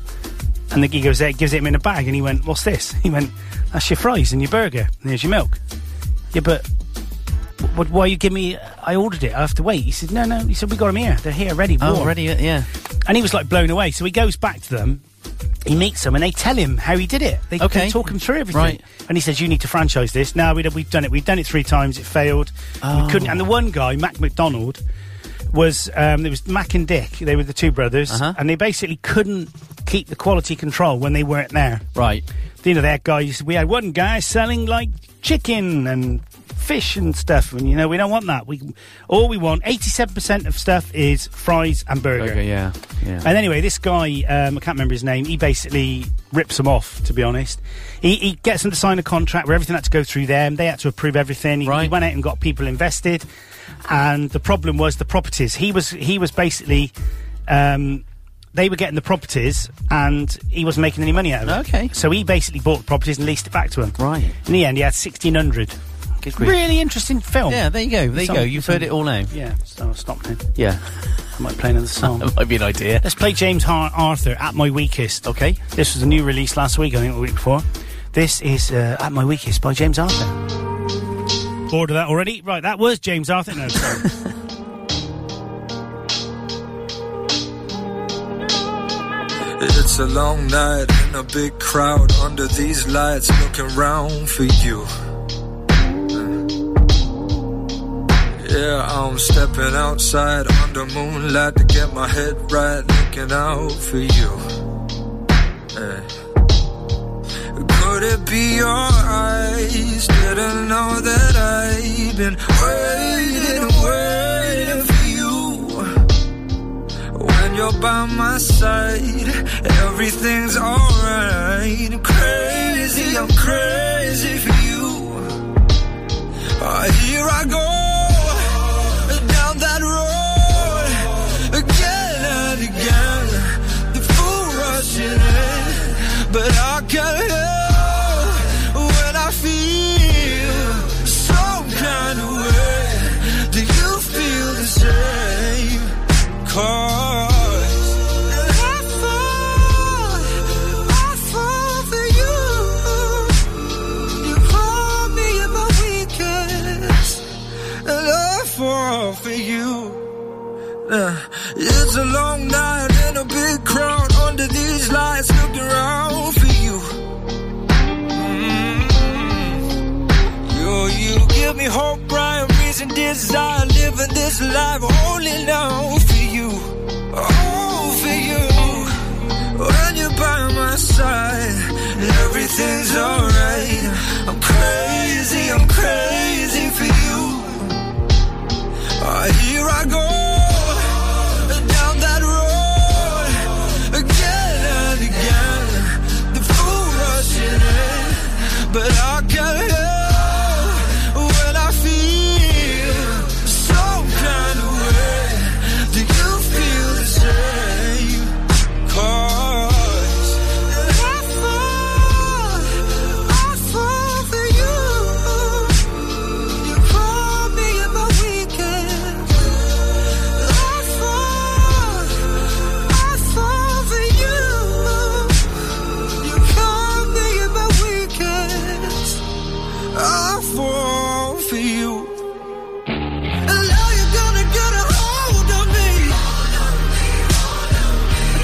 S4: and the, he goes, there, gives it him in a bag," and he went, "What's this?" He went, "That's your fries and your burger. And there's your milk." Yeah, but what, why you give me? I ordered it. I have to wait. He said, "No, no." He said, "We got them here. They're here, ready,
S5: Oh,
S4: warm."
S5: already, yeah.
S4: and he was like blown away. So he goes back to them, he meets them, and they tell him how he did it. They, they
S5: Okay.
S4: talk him through everything,
S5: Right.
S4: and he says, "You need to franchise this."
S5: Oh.
S4: No, we, we've done it. We've done it three times. It failed. We couldn't. And the one guy, Mac McDonald, was um, there was Mac and Dick. They were the two brothers,
S5: Uh-huh.
S4: and they basically couldn't keep the quality control when they weren't there.
S5: Right.
S4: You know that guy. used to- We had one guy selling like chicken and fish and stuff, and you know we don't want that. We all we want eighty seven percent of stuff is fries and burger.
S5: Okay. Yeah. Yeah.
S4: And anyway, this guy, um, I can't remember his name, he basically rips them off, to be honest. He, he gets them to sign a contract where everything had to go through them, they had to approve everything. He, he
S5: Right.
S4: went out and got people invested. And the problem was the properties. He was he was basically um, they were getting the properties and he wasn't making any money out of it.
S5: Okay.
S4: So he basically bought the properties and leased it back to him.
S5: Right.
S4: In the end he had sixteen hundred.
S5: grief.
S4: Really interesting film.
S5: yeah. There you go. There you
S4: Some-
S5: go. You've heard it all now.
S4: Yeah, so I'll stop now.
S5: Yeah.
S4: I might play another song.
S5: That might be an idea.
S4: Let's play James Har- Arthur at my weakest.
S5: Okay.
S4: This was a new release last week, I think, or the week before. This is uh, At My Weakest by James Arthur. Order that already? Right, that was James Arthur. No, sorry.
S7: It's a long night in a big crowd under these lights looking round for you. Yeah, I'm stepping outside under moonlight to get my head right looking out for you. Eh. Could it be your eyes? Didn't know that I've been waiting, waiting for you. When you're by my side, everything's alright. Crazy, I'm crazy for you. Uh, here I go down that road again and again. The fool rushing in, but I can't help when I feel some kind of way. Do you feel the same? Cause I fall, I fall for you. You call me at my weakest, and I fall for you. Uh, It's a long night in a big crowd under these lights looking around for you. Mm. You, you give me hope, Brian, reason, desire, living this life only now for you. Oh, for you. When you're by my side, everything's alright. I'm crazy, I'm crazy for you. Uh, here I go down that road again and again. The fool rushing in, but I can't help when I feel some kind of way. Do you feel the same? 'Cause I fall, I fall for you. You call me at my weakest. I fall, I fall for you. You call me at my weakest. I fall for you. And now you're gonna get a hold of me.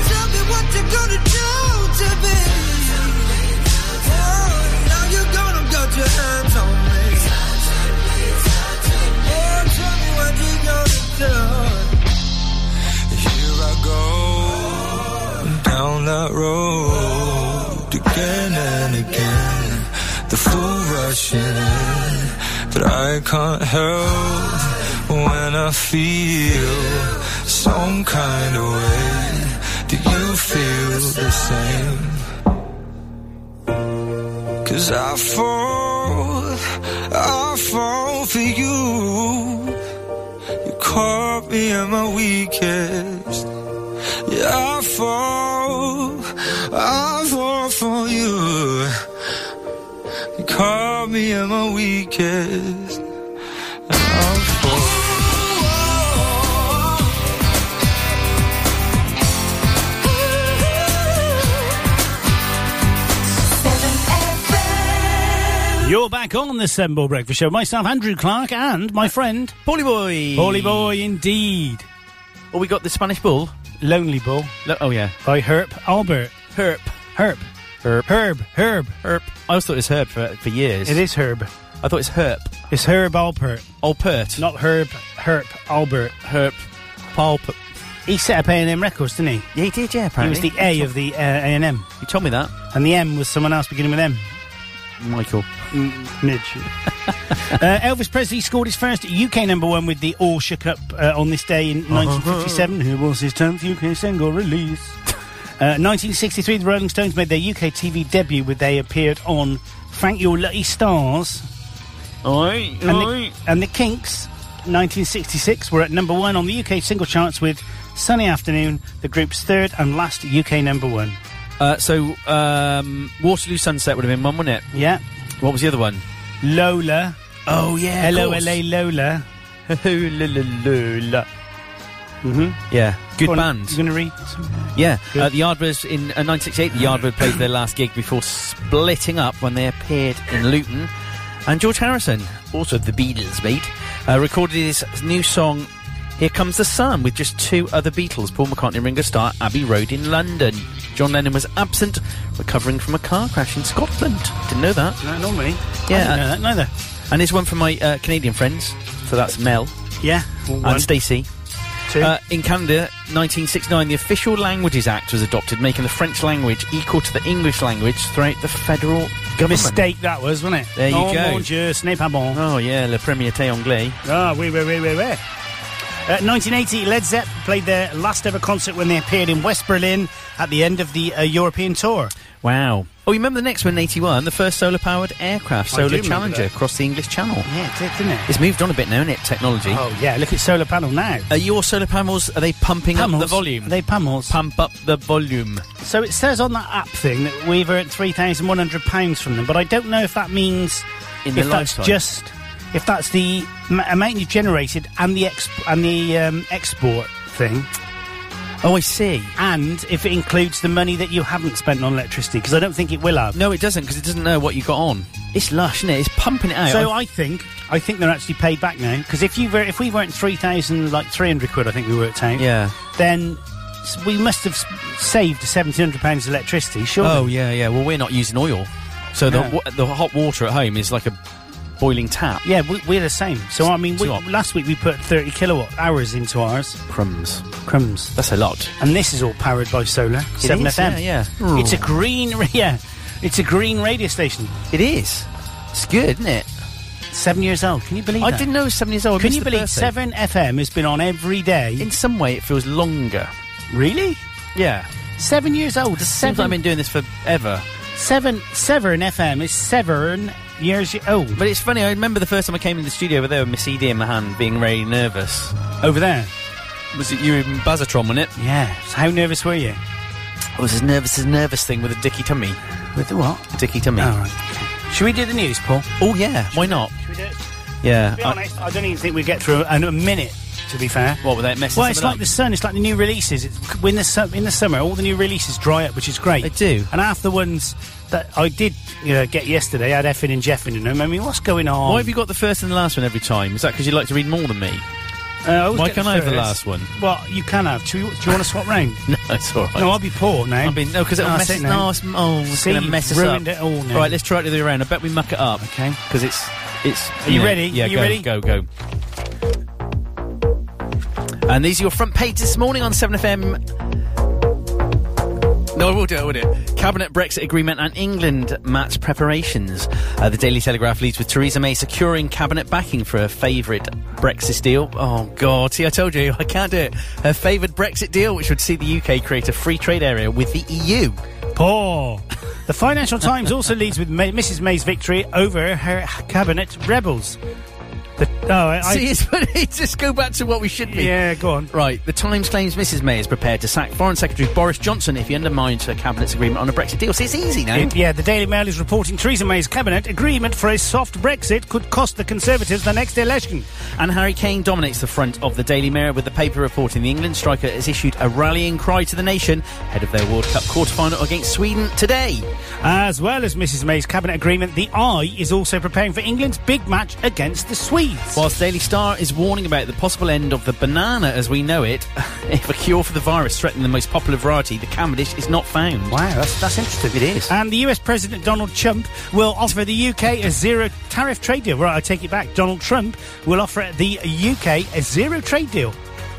S7: Tell me what you're gonna do to me. Oh, now you're gonna get your hands on me. Oh, tell me what you gonna do. Here I go down that road again and again. The fool rushing in, but I can't help when I feel some kind of way. Do you feel the same? Cause I fall, I fall for you. You caught me at my weakest. Yeah, I fall, I fall for you. You caught me at my weakest. I fall.
S4: You're back on the Seven Ball Breakfast Show. Myself, Andrew Clark, and my friend,
S5: Paulie boy.
S4: Paulie Boy, indeed.
S5: Oh, we got the Spanish bull.
S4: Lonely Bull
S5: Lo- oh yeah.
S4: by Herb Albert.
S5: Herp.
S4: Herb.
S5: Herp.
S4: Herb. Herb.
S5: Herp. I always thought it was herb for, for years.
S4: It is Herb.
S5: I thought it's herp.
S4: It's Herb Albert,
S5: Oh, pert.
S4: not Herb. Herb Albert.
S5: herp. Pulp.
S4: He set up A&M Records, didn't he?
S5: Yeah, he did, yeah,
S4: He was
S5: apparently.
S4: the A of the uh, A&M.
S5: You told me that.
S4: And the M was someone else beginning with M.
S5: Michael.
S4: Midge. uh, Elvis Presley scored his first UK number one with the All Shook Up uh, on this day in 1957, who was his 10th UK single release. Uh, 1963, the Rolling Stones made their UK TV debut when they appeared on Thank Your Lucky Stars.
S5: Oi,
S4: And, the, and the Kinks, 1966, were at number one on the UK single charts with Sunny Afternoon, the group's third and last UK number one.
S5: Uh, so, um, Waterloo Sunset would have been one, wouldn't it?
S4: Yeah.
S5: What was the other one?
S4: Lola.
S5: Oh, yeah.
S4: L-O-L-A Lola.
S5: Lola. Mm-hmm. Yeah, good
S4: Go on,
S5: band.
S4: You going to read?
S5: Yeah,
S4: Good.
S5: uh, the Yardbirds in uh, 1968. The Yardbirds played their last gig before splitting up when they appeared in Luton. And George Harrison, also of the Beatles, mate, uh, recorded his new song "Here Comes the Sun" with just two other Beatles: Paul McCartney and Ringo Starr, Abbey Road in London. John Lennon was absent, recovering from a car crash in Scotland. Didn't know that.
S4: No, normally. I
S5: Yeah,
S4: didn't know
S5: uh,
S4: that neither.
S5: And here's one from my uh, Canadian friends. So that's Mel
S4: Yeah. One,
S5: and Stacey.
S4: two.
S5: Uh, in Canada, 1969, the Official Languages Act was adopted, making the French language equal to the English language throughout the federal government.
S4: Mistake that was, wasn't it?
S5: There you
S4: oh,
S5: go.
S4: Mon Dieu, ce n'est pas bon.
S5: Oh yeah, le premier té anglais.
S4: Ah, oui, oui, oui, oui, oui. Uh, 1980, Led Zepp played their last ever concert when they appeared in West Berlin at the end of the uh, European tour.
S5: Wow. Oh, you remember the next one, in 81, the first solar-powered aircraft,
S4: I do
S5: Solar
S4: remember
S5: Challenger,
S4: that.
S5: across the English Channel.
S4: Yeah, it did, didn't it?
S5: It's moved on a bit now, isn't it? Technology.
S4: Oh, yeah, look at solar panel now.
S5: Are your solar panels? Are they pumping up the
S4: Pummels.
S5: volume?
S4: They pummels.
S5: pump up the volume.
S4: so it says on that app thing that we've earned £3,100 from them, but I don't know if that means
S5: In
S4: if
S5: the
S4: that's
S5: lifetime.
S4: just if that's the m- amount you generated and the exp- and the um, export thing.
S5: Oh, I see.
S4: and if it includes the money that you haven't spent on electricity, because I don't think it will have.
S5: No, it doesn't, because it doesn't know what you got on. It's lush, isn't it? It's pumping it out.
S4: So I think I think they're actually paid back now. Because if you were, if we weren't three thousand like three hundred quid, I think we worked out.
S5: yeah.
S4: Then s- we must have s- saved seventeen hundred pounds electricity. Sure.
S5: Oh yeah, yeah. Well, we're not using oil, so the
S4: No.
S5: wa- the hot water at home is like a boiling tap.
S4: Yeah, we, we're the same. So I mean, we,
S5: Two up.
S4: last week we put thirty kilowatt hours into ours.
S5: Crumbs.
S4: Crumbs.
S5: That's a lot.
S4: And this is all powered by solar. Seven
S5: is,
S4: FM.
S5: yeah, Hmm. yeah.
S4: It's a green. ra- Yeah. It's a green radio station.
S5: It is. It's good, isn't it?
S4: Seven years old. Can you believe?
S5: I
S4: that?
S5: didn't know it was seven years old. I
S4: Can
S5: missed
S4: you
S5: the
S4: believe
S5: birthday.
S4: Seven FM has been on every day?
S5: In some way, it feels longer.
S4: Really?
S5: Yeah.
S4: Seven years old.
S5: Seems like I've
S4: Seven,
S5: been doing this forever.
S4: seven, Severn FM is seven years oh, old.
S5: But it's funny. I remember the first time I came in the studio with there with my CD in my hand, being very nervous.
S4: Over there.
S5: Was it you in Bazatron, wasn't it?
S4: Yeah. So how nervous were you?
S5: I was as nervous as a nervous thing with a dicky tummy.
S4: With the what?
S5: Dicky tummy.
S4: All right. Should we do the news, Paul?
S5: Oh yeah. Why not?
S4: Should we do it?
S5: Yeah.
S4: To be
S5: I-
S4: honest, I don't even think we get through an- a minute. To be fair.
S5: what were they messing?
S4: Well, it's
S5: something
S4: like
S5: up?
S4: the sun. It's like the new releases. It's, when the su- in the summer, all the new releases dry up, which is great.
S5: They do.
S4: And half the ones that I did you know, get yesterday had effing and jeffing in them. I mean, what's going on?
S5: Why have you got the first and the last one every time? Is that because you like to read more than me?
S4: Uh, I always
S5: Why
S4: get the
S5: can't I have the
S4: first.
S5: last one?
S4: Well, you can have. Do you, do you want to swap round?
S5: No, it's all right.
S4: No, I'll be poor now.
S5: I mean, no, because it'll
S4: Ah,
S5: mess
S4: sit
S5: us.
S4: now.
S5: No, it's, oh, it's
S4: See,
S5: going to
S4: you've
S5: mess us
S4: ruined
S5: up.
S4: it all now.
S5: Right, let's try it the other way around. I bet we muck it up.
S4: Okay.
S5: Because it's it's. Are
S4: you ready?
S5: Yeah.
S4: Are you
S5: go,
S4: ready?
S5: Go go. And these are your front page this morning on 7FM. No, I will do it, I will do it. Cabinet Brexit agreement and England match preparations. Uh, the Daily Telegraph leads with Theresa May securing cabinet backing for her favourite Brexit deal. Oh, God. See, I told you, I can't do it. Her favoured Brexit deal, which would see the UK create a free trade area with the E EU.
S4: poor. The Financial Times also leads with May- Mrs May's victory over her cabinet rebels. The, oh, I, I-
S5: See, it's funny. Just go back to what we should be.
S4: yeah, go on.
S5: Right, the Times claims Mrs May is prepared to sack Foreign Secretary Boris Johnson if he undermines her cabinet's agreement on a Brexit deal. See, it's easy now.
S4: It- yeah, the Daily Mail is reporting Theresa May's cabinet agreement for a soft Brexit could cost the Conservatives the next election.
S5: And Harry Kane dominates the front of the Daily Mirror with the paper reporting the England striker has issued a rallying cry to the nation ahead of their World Cup quarter-final against Sweden today.
S4: As well as Mrs May's cabinet agreement, the I is also preparing for England's big match against the Swedes.
S5: Whilst Daily Star is warning about the possible end of the banana as we know it, if a cure for the virus threatening the most popular variety, the Cavendish is not found.
S4: Wow, that's, that's interesting.
S5: It is.
S4: And the US President Donald Trump will offer the UK a zero tariff trade deal. Right, I take it back. Donald Trump will offer the UK a zero trade deal.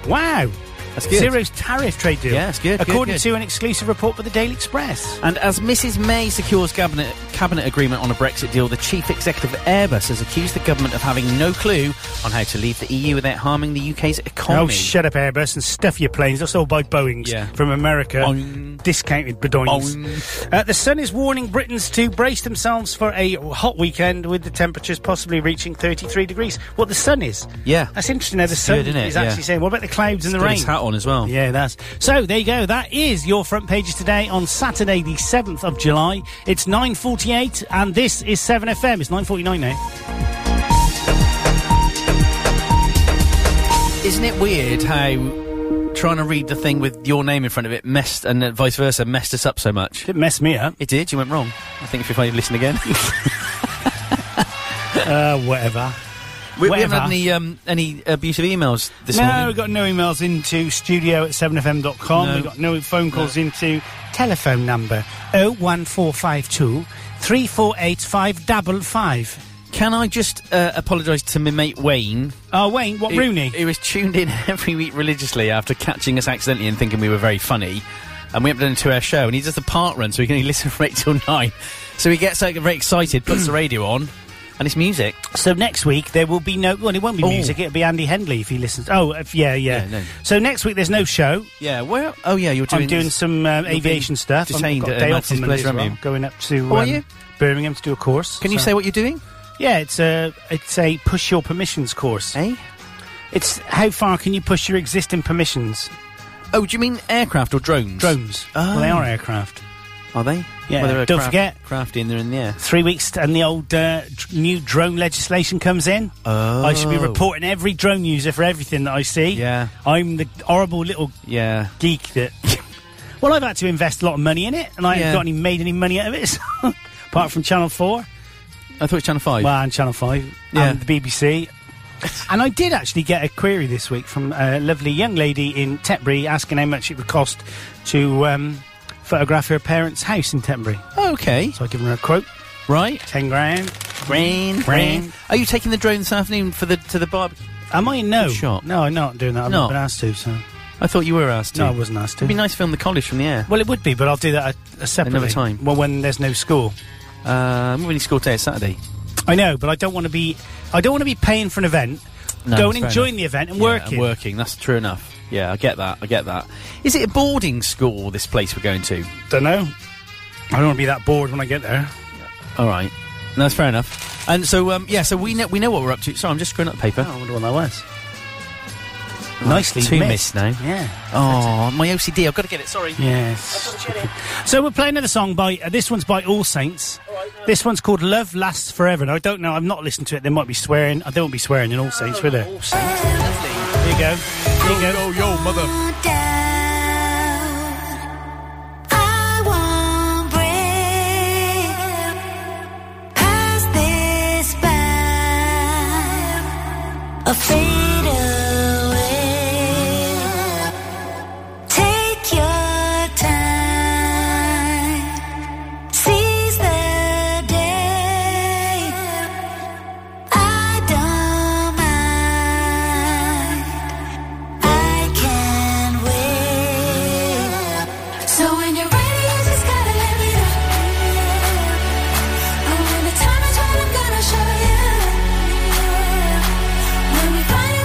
S4: Wow.
S5: That's good.
S4: Zero's tariff trade deal.
S5: Yeah, that's good, good,
S4: According
S5: good.
S4: to an exclusive report by the Daily Express.
S5: And as Mrs May secures cabinet, cabinet agreement on a Brexit deal, the chief executive of Airbus has accused the government of having no clue on how to leave the EU without harming the UK's economy.
S4: Oh, shut up, Airbus, and stuff your planes. That's all by Boeings
S5: Yeah.
S4: from America.
S5: Boing.
S4: Discounted Bedoings.
S5: Boing.
S4: Uh, the Sun is warning Britons to brace themselves for a hot weekend with the temperatures possibly reaching 33 degrees. What the Sun is.
S5: Yeah.
S4: That's interesting how the
S5: It's
S4: Sun
S5: good, innit?
S4: is actually
S5: Yeah.
S4: saying, what about the clouds and the
S5: Got
S4: rain?
S5: his hat on as well.
S4: Yeah, that's. So there you go. That is your front pages today on Saturday, the seventh of July. It's nine forty-eight, and this is Seven FM. It's nine forty-nine now.
S5: Isn't it weird how trying to read the thing with your name in front of it messed and uh, vice versa messed us up so much?
S4: Didn't mess me up.
S5: It did. You went wrong. I think if you listen again,
S4: Uh, whatever.
S5: we, we
S4: Whatever.
S5: haven't had any um, any abusive emails this
S4: No,
S5: morning.
S4: we got no emails into studio at 7fm.com.
S5: No.
S4: We got no phone calls into telephone number 01452 348
S5: Can I just uh, apologise to my mate Wayne?
S4: Oh, Wayne, what
S5: who-
S4: Rooney?
S5: Who was tuned in every week religiously after catching us accidentally and thinking we were very funny. And we haven't done a two-hour show, and he does the part run, so he can only listen from eight till nine. So he gets like, very excited, puts the radio on, and it's music.
S4: So next week there will be no. Well, it won't be
S5: Oh.
S4: music. It'll be Andy Henley if he listens. Oh, if, yeah, yeah.
S5: Yeah, no.
S4: So next week there's no show.
S5: Yeah. Well. Oh, yeah. You're doing.
S4: I'm doing
S5: this-
S4: some um,
S5: being
S4: aviation stuff. I'm- I've
S5: detained
S4: got a
S5: at
S4: day off
S5: Max's
S4: on Monday
S5: place,
S4: as
S5: aren't
S4: well.
S5: you?
S4: Going up to
S5: Oh, are
S4: um,
S5: you?
S4: Birmingham to do a course.
S5: Can you
S4: so-
S5: say what you're doing?
S4: Yeah, it's a it's a push your permissions course.
S5: Eh?
S4: It's how far can you push your existing permissions?
S5: Oh, do you mean aircraft or drones?
S4: Drones. Well, they
S5: Oh.
S4: are aircraft.
S5: Are they?
S4: Yeah,
S5: Well, they're
S4: don't
S5: craft-
S4: forget-
S5: crafty, and they're in the air.
S4: Three weeks t- and the old uh, dr- new drone legislation comes in. Oh. I should be reporting every drone user for everything that I see.
S5: Yeah.
S4: I'm the horrible little
S5: Yeah.
S4: geek that. well, I've had to invest a lot of money in it, and I
S5: Yeah.
S4: haven't got any made any money out of it, so- apart from Channel Four,
S5: I thought it was Channel Five.
S4: well, and Channel Five,
S5: Yeah.
S4: and the BBC. and I did actually get a query this week from a lovely young lady in Tetbury asking how much it would cost to um, photograph her parents' house in Tetbury.
S5: Oh, okay.
S4: So I given her a quote:
S5: Right.
S4: ten grand.
S5: Rain.
S4: Rain.
S5: Are you taking the drone this afternoon for the to the barbecue?
S4: Am I no?
S5: Good shot.
S4: No, I'm not doing that. I've
S5: No.
S4: not been asked to. So
S5: I thought you were asked to.
S4: no, I wasn't asked to.
S5: It'd be nice to film the college from the air.
S4: Well, it would be, but I'll do that a, a separately.
S5: time.
S4: Well, when there's no school.
S5: Uh, moving to school day Saturday.
S4: I know, but I don't want to be. I don't want to be paying for an event,
S5: No,
S4: going
S5: that's fair
S4: enjoying
S5: enough.
S4: the event and
S5: Yeah,
S4: working.
S5: and working. That's true enough. Yeah, I get that. I get that. Is it a boarding school? This place we're going to.
S4: Don't know. I don't want to be that bored when I get there.
S5: All right. No, that's fair enough. And so, um, yeah, so we know we know what we're up to. Sorry, I'm just screwing up the paper.
S4: Oh, I wonder what that was. Nicely
S5: Two
S4: missed.
S5: missed now.
S4: Yeah.
S5: Oh, my OCD. I've got to get it. Sorry.
S4: Yes. so we're playing another song by. Uh, this one's by All Saints. This one's called "Love Lasts Forever." Now, I don't know. I've not listened to it. There might be swearing. I don't be swearing in All Saints, will there? Here you go. Here you go.
S5: yo, mother.
S8: I won't break past this bound or fade away. Take your time, seize the day. I don't mind. I can't wait. So when you're ready, you just gotta let me know. And when the time is right, I'm gonna show you. When we find it,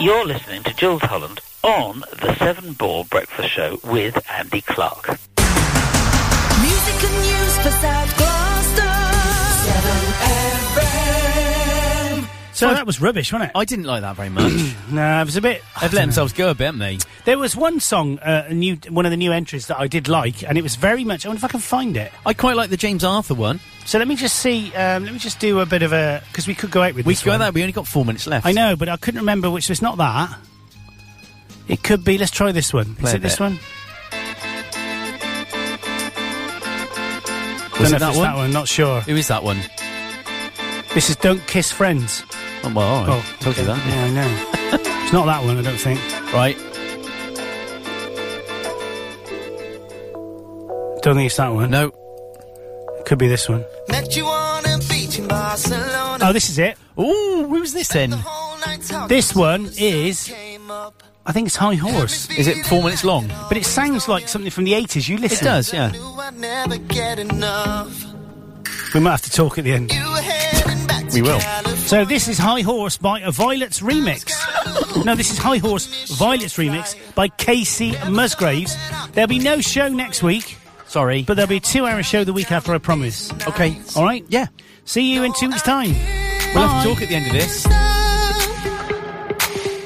S9: You're listening to Jules Holland on the Seven Ball Breakfast Show with Andy Clark.
S8: Music and news for South Gloucester. 7FM.
S4: So that was rubbish, wasn't it?
S5: I didn't like that very much.
S4: no, it was a bit.
S5: They've let themselves go a bit, haven't they?
S4: There was one song, uh, a new one of the new entries that I did like, and it was very much. I wonder if I can find it.
S5: I quite like the James Arthur one.
S4: So let me just see. Um, let me just do a bit of a because we could go out with.
S5: We
S4: this
S5: could go
S4: one.
S5: that. We only got four minutes left.
S4: I know, but I couldn't remember which. So it's not that. It could be. Let's try this one.
S5: Play
S4: Is
S5: a
S4: it this
S5: bit.
S4: one?
S5: Was
S4: Don't know if
S5: it that
S4: it's
S5: one?
S4: that one. Not sure.
S5: Who is that one?
S4: This is "Don't Kiss Friends."
S5: Oh, well, all right.
S4: Oh,
S5: told you that.
S4: Yeah, I know. it's not that one. I don't think.
S5: Right.
S4: Don't think it's that one.
S5: No.
S4: Could be this one.
S6: Met you on a beach in Barcelona.
S4: Oh, this is it.
S5: Ooh, who was this then?
S4: This one is. I think it's High Horse.
S5: Is it four minutes long?
S4: But it sounds like something from the 80s. You
S5: It
S4: listen.
S5: does, yeah.
S4: We might have to talk at the end.
S5: We will.
S4: So this is High Horse by a Violet's remix. no, this is High Horse Violet's remix by Casey Musgraves. There'll be no show next week,
S5: Sorry.
S4: but there'll be a two-hour show the week after. I promise.
S5: okay.
S4: All right.
S5: Yeah.
S4: See you in two weeks' time.
S5: We'll have to
S4: Bye.
S5: talk at the end of this.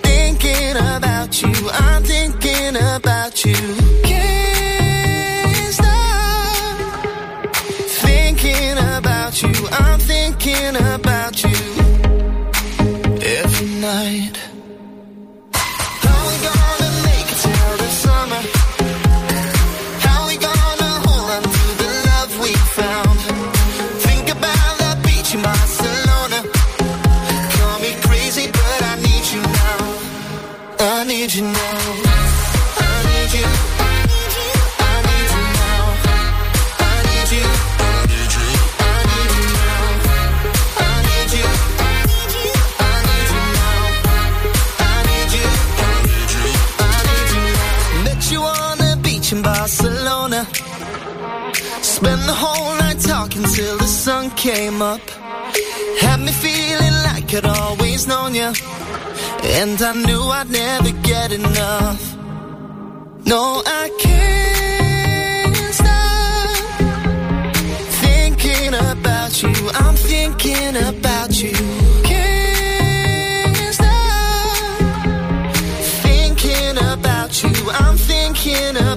S6: Thinking about you, I'm thinking about you. Can't stop thinking about you, I'm thinking about you. Every night. How we gonna make it till the summer? How we gonna hold on to the love we found? Think about the beach in Barcelona. Call me crazy, but I need you now. I need you now. I need you. I need you now. I need you. I need you. I need you now. I need you. I need you now. I need you. I need you. I need you now. Met you on the beach in Barcelona. Spent the whole night talking till the sun came up. Had me feeling like I'd always known you. And I knew I'd never get enough. No, I can't stop thinking about you. I'm thinking about you. Can't stop thinking about you. I'm thinking about